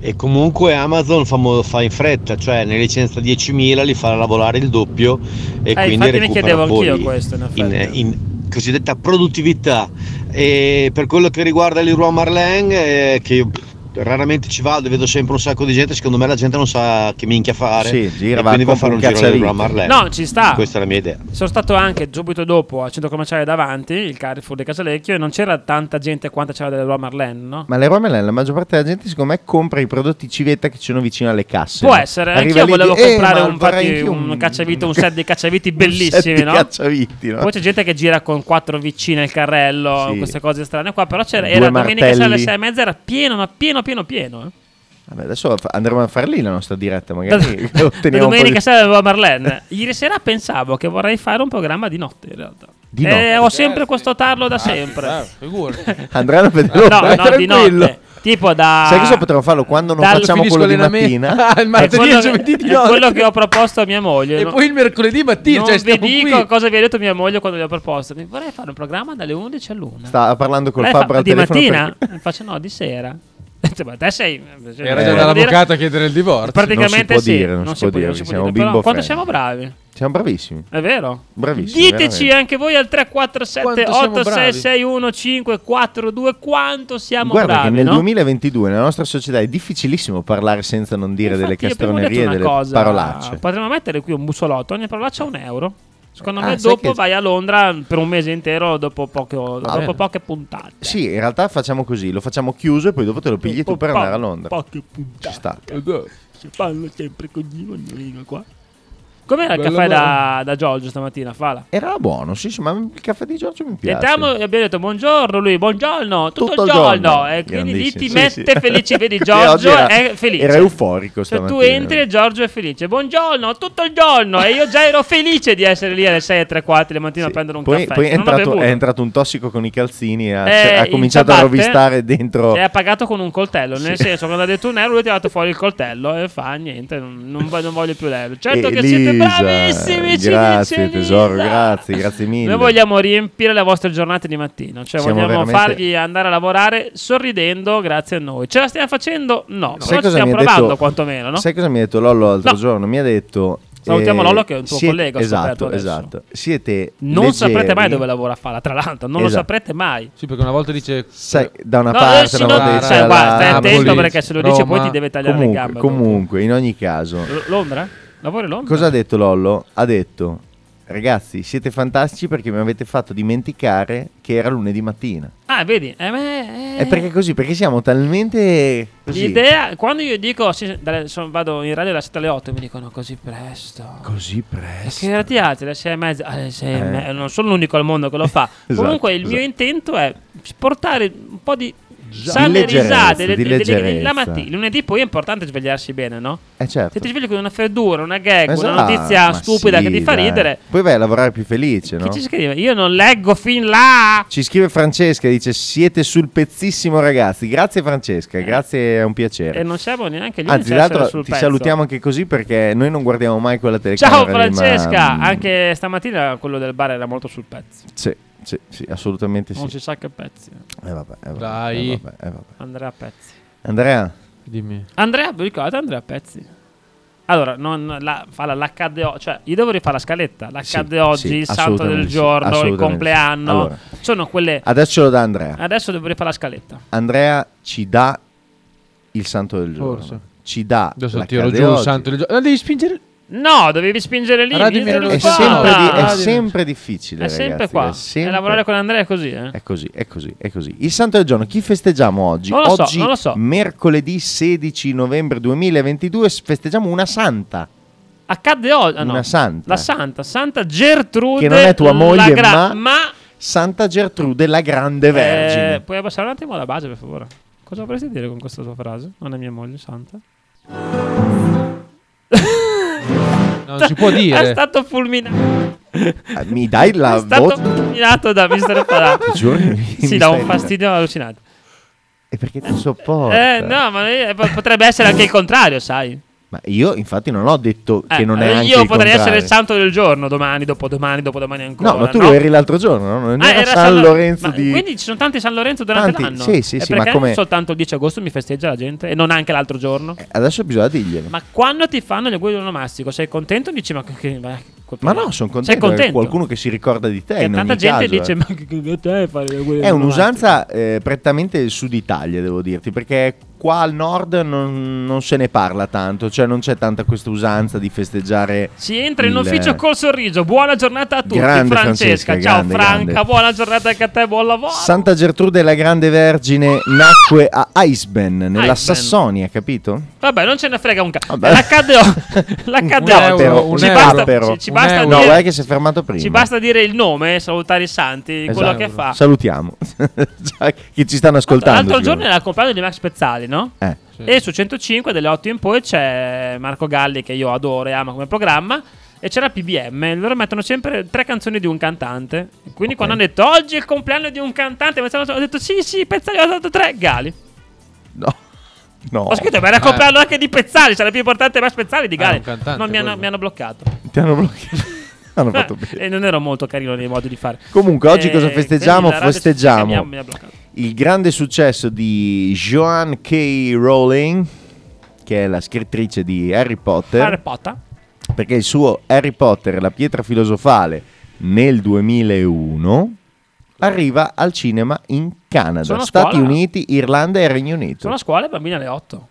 E comunque Amazon fa, mo- fa in fretta, cioè ne licenzia 10.000, li fa lavorare il doppio e
Eh,
quindi
infatti mi chiedevo
recupera
anch'io
poi
questo, in
in,
effetti.
in cosiddetta produttività. E per quello che riguarda il Leroy Marlin, eh, che io raramente ci vado e vedo sempre un sacco di gente, secondo me la gente non sa che minchia fare.
Sì, gira,
e
va,
quindi va a
compra
fare
un
un giro al Leroy
cacciavite.
Marlin.
No, ci sta.
Questa è la mia idea.
Sono stato anche subito dopo al centro commerciale davanti, il Carrefour di Casalecchio, e non c'era tanta gente quanto c'era delle Roma Marlen, no?
Ma Leroy Merlin, la maggior parte della gente, secondo me, compra i prodotti civetta che ci sono vicino alle casse.
Può
no?
essere,
Arriva
anch'io
lì e
volevo
dice, "Eh,
comprare
ma
un,
vorrei
infatti,
anch'io
un cacciavite, un set di cacciaviti
set
bellissimi,
di
no?
cacciaviti, no?
Poi c'è gente che gira con quattro vicine al carrello,
Sì.
queste cose strane qua, però c'era,
Due
era domenica sera alle
martelli.
sei e mezza, era pieno, ma pieno, pieno, pieno. eh.
Vabbè, adesso fa- andremo a far lì la nostra diretta,
Da,
magari
da
otteniamo un po'
domenica
di...
sera avevo Marlene. Ieri sera pensavo che vorrei fare un programma di notte, in realtà.
Di
Eh,
notte?
ho sempre questo tarlo da sempre.
Ah, figurati.
Andranno a
No,
vederlo.
no, di
tranquillo.
notte. Tipo da...
Sai cosa potremmo farlo quando non
Dal-
facciamo
Finisco
quello di
l'allenamento.
mattina?
Ah, il
È
martedì e
quello,
il giovedì di
è quello
notte.
che ho proposto a mia moglie.
E
no?
poi il mercoledì mattina,
non
cioè
vi
stiamo
dico
qui.
cosa vi ha detto mia moglie quando gli ho proposto. Mi vorrei fare un programma dalle 11 all'1.
Stava parlando col
Lei Eh, fa-
Fabra al
di
telefono.
mattina? Eh,
perché-
Faccio no, di sera. Cioè, ma te sei. cioè,
Era
Eh,
vuol
già
dire-
dall'avvocato a chiedere il divorzio.
Non si
Praticamente
può
sì.
dire, non si può dire,
non si
che
può
siamo
dire, però
bimbo friendly.
quando siamo bravi,
Siamo bravissimi.
è vero?
Bravissimi,
Diteci
veramente.
anche voi al 347
Quanto siamo bravi?
8661 quanto siamo
Guarda
bravi.
che nel
no?
2022 nella nostra società è difficilissimo parlare senza non dire delle
Infatti, abbiamo
castronerie
detto
e
una
delle
cosa,
parolacce.
Potremmo mettere qui un bussolotto, ogni parolaccia un euro. Secondo
Ah,
me
sai
dopo
che-
vai a Londra per un mese intero dopo, poco- dopo
bene.
poche puntate.
Sì, in realtà facciamo così, lo facciamo chiuso e poi dopo te lo pigli tu per
Po-
andare a Londra.
Poche puntate.
Ci sta.
Si fanno sempre con gli ognuno qua. Com'era il
Bello,
caffè
bello.
da, da Giorgio stamattina? Fala.
Era buono, sì, sì, ma il caffè di Giorgio mi piace.
Entriamo e abbiamo detto buongiorno lui, buongiorno, tutto,
Tutto
il
il
giorno.
giorno.
E quindi lì ti
Grandissimo. Sì,
mette
sì.
felice, vedi
Che
Giorgio
oggi era-
è felice.
era euforico
Cioè tu
stamattina.
entri e Giorgio è felice, buongiorno, tutto il giorno. E io già ero felice di essere lì alle 6 e tre quarti la mattina
Sì.
a prendere un
poi,
caffè.
poi è,
Non ho
entrato,
bevuto.
è entrato un tossico con i calzini e ha,
Eh,
Cioè, ha
in
cominciato a
ciabatte
rovistare dentro.
E ha pagato con un coltello. Nel
Sì.
senso, quando ha detto un euro, lui ha tirato fuori il coltello e fa niente, non, non voglio, non voglio più l'euro. Certo che
Elisa,
siete bravissimi, ci
grazie
dice
tesoro,
Elisa.
grazie, grazie mille.
Noi vogliamo riempire le vostre giornate di mattino, cioè
Siamo
vogliamo
veramente-
farvi andare a lavorare sorridendo grazie a noi. Ce la stiamo facendo? No,
Sai
però ci
cosa
stiamo
mi ha
provando
detto-
quantomeno, no?
Sai cosa mi ha detto Lollo l'altro
No.
giorno? Mi ha detto. eh,
Salutiamo Lollo che è un tuo
siete-
collega, ho scoperto
Esatto,
adesso.
esatto. Siete.
Non
leggeri.
saprete mai dove lavora Fala, tra l'altro, non lo
Esatto.
saprete mai.
Sì, perché una volta dice...
Sai, da una
No,
parte,
sì,
una
no,
volta
dice
c'è
sai,
la-
guarda, stai
Napoli,
attento perché se lo dice
Roma.
poi ti deve tagliare
Comunque,
le gambe.
comunque, in ogni caso,
L- Londra? Lavori a Londra?
cosa ha detto Lollo? Ha detto: Ragazzi, siete fantastici perché mi avete fatto dimenticare che era lunedì mattina.
Ah, vedi? Eh, beh, eh.
È perché così? Perché siamo talmente. Così.
L'idea, quando io dico sì, dalle- sono- vado in radio alle 7 alle 8 mi dicono così presto.
Così
E
presto.
che era ti alzi alle 6 e mezza, alle sei e
Eh.
me- non sono l'unico al mondo che lo fa.
Esatto,
Comunque il mio
esatto.
intento è portare un po' di sane
Di leggerezza,
risate le-
di
le- le- le-
leggerezza.
la mattina. Lunedì poi è importante svegliarsi bene, no?
Eh certo.
Se ti svegli con una freddura, una gag, una
Esatto,
notizia
ma
stupida
sì,
che ti fa
dai.
ridere,
Poi vai a lavorare più felice, no?
chi ci scrive? Io non leggo fin là.
Ci scrive Francesca, dice siete sul pezzissimo ragazzi, grazie Francesca, grazie, è un piacere.
Eh. E non siamo neanche lì.
Anzi, tra
cioè,
l'altro
essere
ti
sul pezzo.
salutiamo anche così perché noi non guardiamo mai quella telecamera.
Ciao
lì, ma-
Francesca,
mm,
anche stamattina quello del bar era molto sul pezzo.
Sì, sì, sì, assolutamente
Non
sì.
si sa che pezzi. eh.
Eh, vabbè, eh, vabbè,
Dai.
eh, vabbè, eh, vabbè.
Andrea Pezzi.
Andrea,
Dimmi.
Andrea, vi ricordate Andrea Pezzi? Allora, non la, fa la, l'accadde o- cioè, io devo rifare la scaletta. L'accadde
Sì,
oggi,
sì,
il santo
assolutamente
del
sì,
giorno, il
assolutamente sì.
compleanno.
Allora.
Sono quelle.
adesso ce lo dà Andrea.
Adesso devo rifare la scaletta.
Andrea ci dà il santo del giorno.
Forse.
Ci dà
Adesso
la
tiro
cade
giù il
oggi.
santo del giorno. No, devi spingere...
No, dovevi spingere lì.
Radio
ditelo
È
Milano-
qua.
sempre, di- è
Ah,
sempre difficile,
È sempre
ragazzi,
qua.
È sempre
E lavorare con Andrea è così, eh?
È così, è così, è così. Il santo del giorno, chi festeggiamo oggi?
Non lo so,
oggi,
non lo so.
mercoledì 16 novembre 2022, s- festeggiamo una santa.
Accadde oggi. ah, no.
Una santa.
La santa, Santa Gertrude.
Che non è tua moglie,
la gra-
ma-
ma
Santa Gertrude, la grande
Eh,
vergine.
puoi abbassare un attimo la base, per favore? Cosa vorresti dire con questa tua frase? Non è mia moglie, santa.
No, non si può
È
dire.
stato fulminato.
Eh, Mi dai la
È stato
voce?
fulminato da Mr. Farà.
Ti giuro che mi- mi
sì, da
stai-
un fastidio allucinante.
E perché ti sopporta?
Eh, no, ma eh, po- potrebbe essere anche il contrario, sai.
Ma io infatti non ho detto
Eh,
che non è
eh,
anche
io
il
potrei essere
contrario.
il santo del giorno domani, dopodomani, dopodomani ancora.
No, ma tu lo eri l'altro giorno, no? Non
Ah,
era, San, Lorenzo
ma
di...
Quindi ci sono tanti San Lorenzo durante
Tanti,
l'anno.
sì, sì,
E
sì, ma
perché
come- Eh,
soltanto il 10 agosto mi festeggia la gente e non anche l'altro giorno?
Adesso bisogna dirglielo. Ma,
Ma quando ti fanno gli auguri onomastico, sei contento o dici ma che- che... ma-
no, sono
Sei
contento. C'è
contento?
qualcuno che si ricorda di te
Che
in
tanta
ogni
gente
caso, eh.
dice ma che, che, che te fare gli auguri
È
onomastico?"
un'usanza eh, prettamente del sud Italia, devo dirti, perché qua al nord non, non se ne parla tanto, cioè non c'è tanta questa usanza di festeggiare.
Si entra in
il-
ufficio col sorriso. Buona giornata a tutti.
Grande Francesca,
Francesca, ciao
grande,
Franca,
grande.
buona giornata anche a te, buon lavoro.
Santa Gertrude la Grande Vergine nacque a Eisben, nella
Eisben.
Sassonia, capito?
Vabbè, non ce ne frega un cazzo.
Vabbè.
L'accadeo. l'accadeo.
Cappero,
un
ci
euro.
basta-
Cappero.
ci- ci
Un
basta
euro.
dire- No,
Ci
guarda che si è fermato prima.
Ci basta dire il nome, salutare i santi, quello
Esatto.
che fa.
Salutiamo. Già che ci stanno
Tra
ascoltando.
Ah. L'altro giorno
sicuramente.
era il compleanno di Max Pezzali, no?
Eh.
Cioè,
E su 105 delle 8 in poi c'è Marco Galli che io adoro e amo come programma. E c'era PBM, loro mettono sempre tre canzoni di un cantante. Quindi quando hanno detto oggi è il compleanno di un cantante, mi sono- ho detto sì, sì, Pezzali ho dato tre, Gali.
No. No.
Ho scritto, ma era il
Eh.
compleanno anche di Pezzali, sarà più importante Max Pezzali di
Ah,
Gali.
un cantante,
non mi hanno,
quello.
mi hanno bloccato. Eh,
Ti hanno bloccato. hanno fatto bene.
e non ero molto carino nei modi di fare.
Comunque, oggi cosa
Eh,
festeggiamo?
quindi la radio
Festeggiamo.
mi ha- mi ha bloccato.
Il grande successo di Joan K. Rowling, che è la scrittrice di Harry Potter,
Harry Potter.
perché il suo Harry Potter, la pietra filosofale, nel 2001 arriva al cinema in Canada,
Sono a
Stati
scuola?
Uniti, Irlanda e Regno Unito.
Sono a scuola e i bambini alle 8.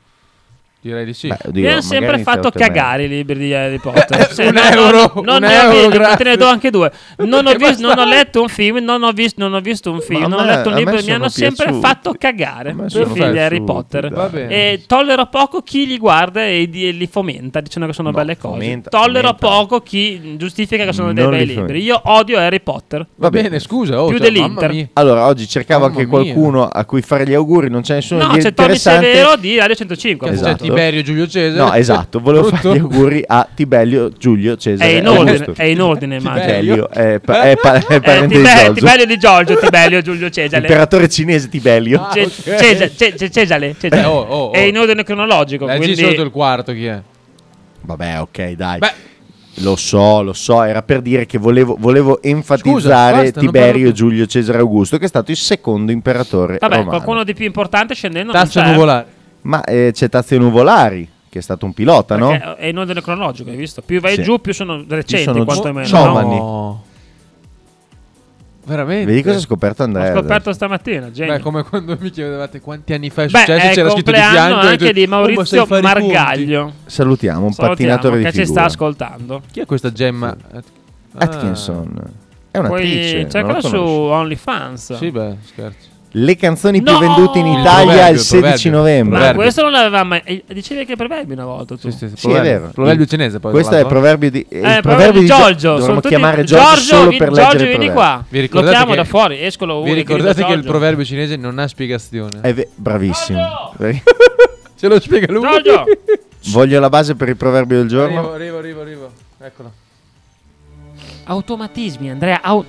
Direi di sì.
Beh, oddio,
Mi hanno
magari
sempre
inizia
fatto
otto e mezza.
cagare i libri di
Eh,
Harry Potter.
Un euro,
non
un
ne ho
euro,
visto, te ne
grazie.
do anche due. Non ho,
Perché
vis- non ho
basta-
letto un film, non ho, vis- non ho visto un film,
Ma a
non ho
me-
letto
a
un
me
libro. Mi
sono
hanno sempre
piaciuti.
fatto cagare
A me
i
sono
film di Harry
piaciuti,
Potter.
dai. Va
bene.
E tollero poco chi li guarda e, di- e li fomenta, dicendo che sono
No,
belle cose.
fomenta,
tollero
fomenta.
poco chi giustifica che sono dei
Non
bei
li
libri.
fomenta.
Io odio Harry Potter.
Va bene, scusa. Oh,
Più
cioè,
dell'Inter.
mamma mia.
Allora, oggi cercavo
Mamma
anche
mia.
qualcuno a cui fare gli auguri, non c'è nessuno
No,
di
c'è Tommy
interessante.
Severo di Radio 105.
Esatto.
C'è Tiberio Giulio Cesare.
No, esatto, volevo
Brutto.
fare gli auguri a Tibelio Giulio
È
Cesare.
in ordine,
Augusto.
è in ordine immagino.
Tibelio è, pa- è pa- è
Eh,
parente di
Tibe-
Giorgio.
Tibelio di Giorgio, Tibelio Ah. Giulio Cesare.
Imperatore cinese Tibelio.
Ce-
ok.
Cesa- Ce- Ce- Cesare, Cesare.
Eh, oh, oh, oh.
è in ordine cronologico.
Leggi
quindi-
sotto il quarto chi è.
Vabbè, ok, dai.
Beh,
Lo so, lo so, era per dire che volevo, volevo enfatizzare
basta, non parlo
Tiberio
più.
Giulio Cesare Augusto, che è stato il secondo imperatore
Oh,
Vabbè,
romano.
qualcuno di più importante scendendo. non
tazzo
c'è,
nuvolare.
Ma eh, c'è Tazio Nuvolari, che è stato un pilota,
perché
no?
È in ordine cronologico, hai visto? Più vai
Sì.
giù, più sono recenti,
Ci sono
quantomeno.
so-
no?
ma- Giovani.
No. Veramente.
Vedi cosa ha scoperto Andrea?
Ho
adesso?
scoperto stamattina, genio.
Eh, Beh, come quando mi chiedevate quanti anni fa è
Beh,
successo,
è il
c'era scritto di
compleanno
fianco e
anche
tu-
di
"Oh, ma sai
Maurizio
fare i conti?"
Margaglio.
Salutiamo un
Salutiamo,
pattinatore di
che ci
figura.
sta ascoltando.
Chi è questa gemma? Ah.
Atkinson. È un'attrice.
Poi
non
cercala
la
su
conosci.
OnlyFans.
Sì, beh, scherzo.
Le canzoni
No!
più vendute in
Il
Italia
proverbio,
il 16
proverbio.
novembre.
Ma
Proverbio.
questo non l'aveva mai. eh, Dicevi anche proverbi una volta tu.
Sì, sì, sì,
Sì, è vero.
Proverbio
Il-
cinese poi.
Questo
tra
è il
l'altro.
proverbio di, il
Eh, proverbio
proverbio di Gio-
Giorgio. sono
Dovremmo
tutti-
chiamare Giorgio, solo
vi-
per
Giorgio,
leggere il
vieni
proverbio.
qua.
Vi
Lo
ricordate
chiamo
che-
da fuori, escolo uno.
Vi
che
ricordate
grida
che il
Giorgio.
proverbio cinese non ha spiegazione?
È Eh, ve- bravissimo.
Ce lo spiega lui.
Giorgio!
Voglio la base per il proverbio del giorno.
Arrivo, arrivo, arrivo, arrivo. Eccolo.
Automatismi, Andrea. au-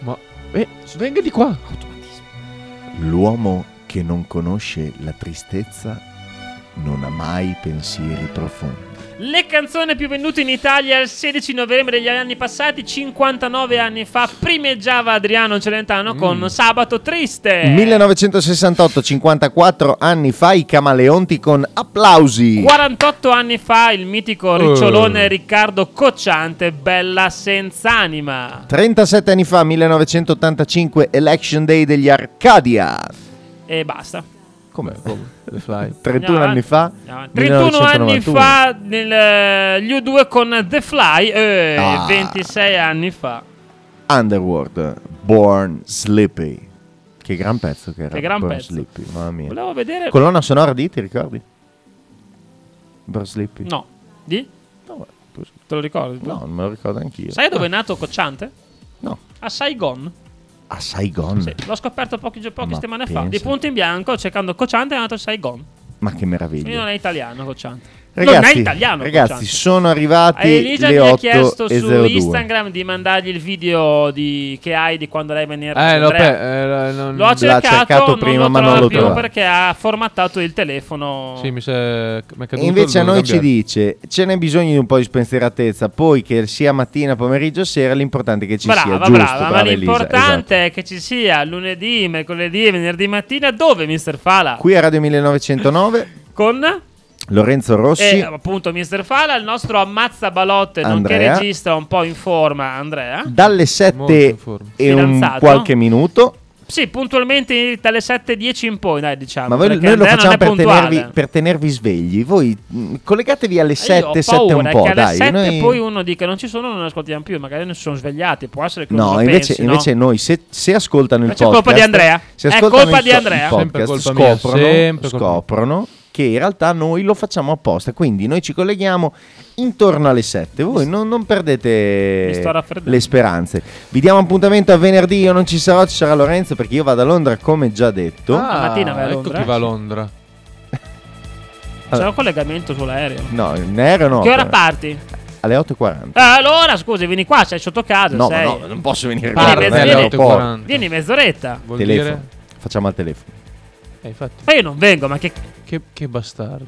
Ma eh, venga di qua.
L'uomo che non conosce la tristezza non ha mai pensieri profondi.
Le canzoni più vendute in Italia il 16 novembre degli anni passati, 59 anni fa, primeggiava Adriano
Mm.
Celentano con Sabato Triste.
1968, 54 anni fa, i Camaleonti con applausi.
48 anni fa il
Oh.
mitico ricciolone Riccardo Cocciante, Bella senza anima.
37 anni fa, 1985, Election Day degli Arcadia.
E basta.
Come?
The fly.
31
Andiamo
anni fa,
avanti. 31 anni
1991.
fa nel, eh, gli U2 con The Fly e
Ah.
26 anni fa.
Underworld, Born Sleepy. Che gran pezzo che era.
Che gran
Born
pezzo.
Sleepy, mamma mia.
Volevo vedere
Colonna sonora di, ti ricordi? Born Sleepy?
No. Di?
No, scusa.
Te lo ricordi?
No, Ah. non me lo ricordo anch'io.
Sai dove è nato Cocciante?
No.
A Saigon.
A Saigon?
Sì, l'ho scoperto pochi, gio- poche
Mm. Ma
settimane fa.
pensa.
Di punto in bianco, cercando Cocciante, è nato a Saigon.
Ma che meraviglia.
Quindi non è italiano Cocciante. non è italiano.
ragazzi,
Cocciante.
sono arrivati
Elisa
le
mi ha
8
chiesto
e
su
02.
Instagram di mandargli il video di- che hai di quando lei veniva
Eh, l'ho pe- eh, non-
L'ho
L'ha
cercato,
cercato
non
prima,
lo
ma non
trova
l'ho
più
trovato.
perché ha formattato il telefono.
Sì, mi sa. mi è caduto,
E invece a
devo
noi ci
cambiare.
dice: ce n'è bisogno di un po' di spensieratezza. Poi che sia mattina, pomeriggio, sera, l'importante è che ci
brava,
sia.
brava,
Giusto,
ma
brava Elisa, esatto."
l'importante è che ci sia lunedì, mercoledì e venerdì mattina dove Mr. Fala
esatto. Qui Oh, a Radio 1909,
con
Lorenzo Rossi.
e, appunto Mr. Fala, il nostro ammazza balotte, nonché
Andrea. Mm.
regista un po' in forma Andrea.
dalle
Molto
7
in forma.
e un
Fidanzato.
qualche minuto.
Sì, puntualmente dalle 7.10 in poi, dai, diciamo.
Ma voi-
perché
noi lo
Andrea
facciamo
non è
per
puntuale.
tenervi, per tenervi svegli. Voi mh, collegatevi alle
Eh, io ho
7, 7 un
paura
po'.
che alle
Dai,
7
noi-
poi uno dica non ci sono, non ascoltiamo più, magari non si sono svegliati, può essere che uno
No,
lo
invece,
pensi,
invece
no?
noi se, se ascoltano il
Invece è
podcast,
colpa di Andrea.
se
È
ascoltano
colpa
il
di
so-
Andrea.
il
Sempre
podcast,
colpa mia,
scoprono,
sempre colpa mia.
scoprono che in realtà noi lo facciamo apposta. Quindi noi ci colleghiamo intorno alle 7. Voi non, non
Mi sto
perdete
raffreddando.
le speranze. Vi diamo appuntamento a venerdì. Io non ci sarò, ci sarà Lorenzo perché io vado a Londra come già detto.
Ah,
mattina vai a
ecco
Londra.
chi va a Londra.
C'è un collegamento sull'aereo.
No, in aereo no.
che ora
però-
parti?
alle 8.40.
Eh, Allora, scusi, vieni qua, sei sotto casa,
No, ma
sei.
no, non posso venire
Parla,
qua.
eh,
non è
alle
l'aeroporto.
8.40.
Vieni mezz'oretta.
Vuol
Telefono.
dire.
Facciamo al telefono.
Eh, infatti,
Ma io non vengo, ma che
che, che bastardo.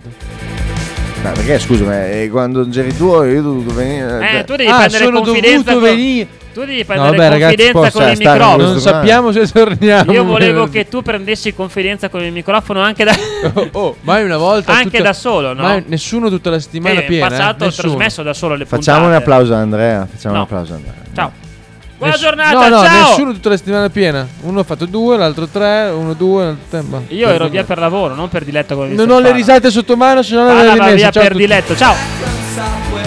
No, perché scusa, ma eh, quando c'eri tu io ho dovuto venire. cioè,
Eh, tu devi
Ah,
prendere
sono
confidenza
dovuto
con-
venire.
Tu devi
No,
prendere
vabbè, ragazzi,
confidenza
posso
con
stare
il
in
microfono.
questo
Non sappiamo se torniamo.
Io volevo che tu prendessi confidenza con il microfono anche da,
Oh, oh, mai una volta.
anche
tutta-
da solo, no?
Mai nessuno tutta la settimana
Eh, in
piena. eh?
passato ho
Nessuno.
trasmesso da solo le
facciamo un
puntate.
applauso a Andrea. Facciamo
No.
un applauso a Andrea.
Ciao. Buona
Ness-
giornata,
No, no,
ciao.
nessuno tutta la settimana piena. Uno ha fatto due, l'altro tre, uno due. l'altro tre, boh.
Io ero via per lavoro, non per diletto con il
Non ho le risate sotto mano, se no non le
Alla va
rimesse.
via
Ciao a
per
tutti.
diletto, ciao.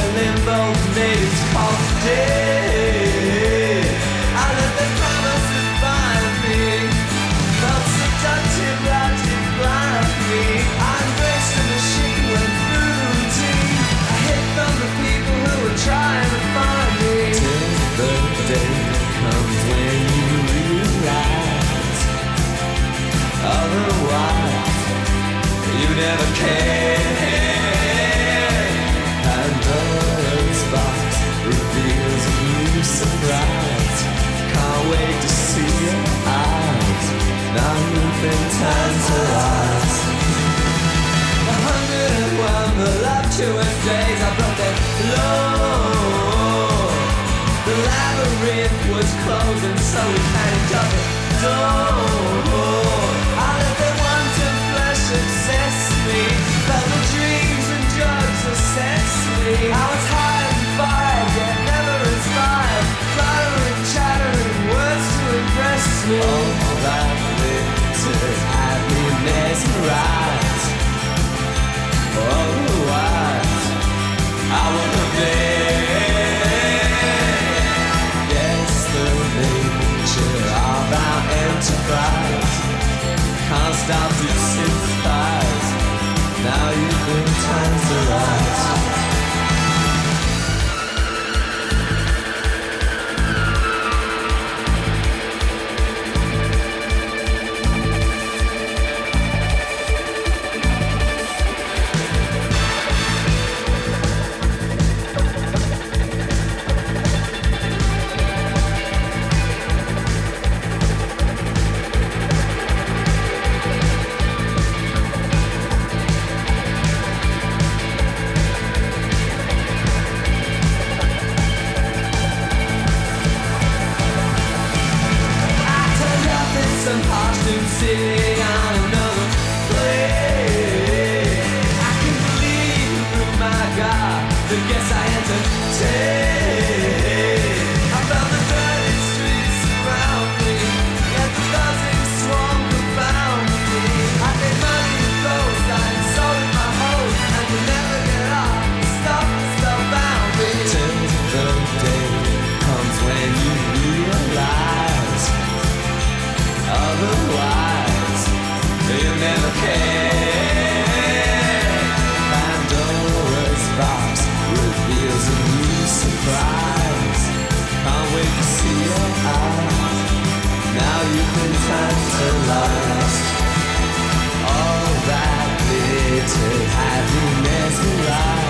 Now you've been time to last. All that is. till I've been mesmerized.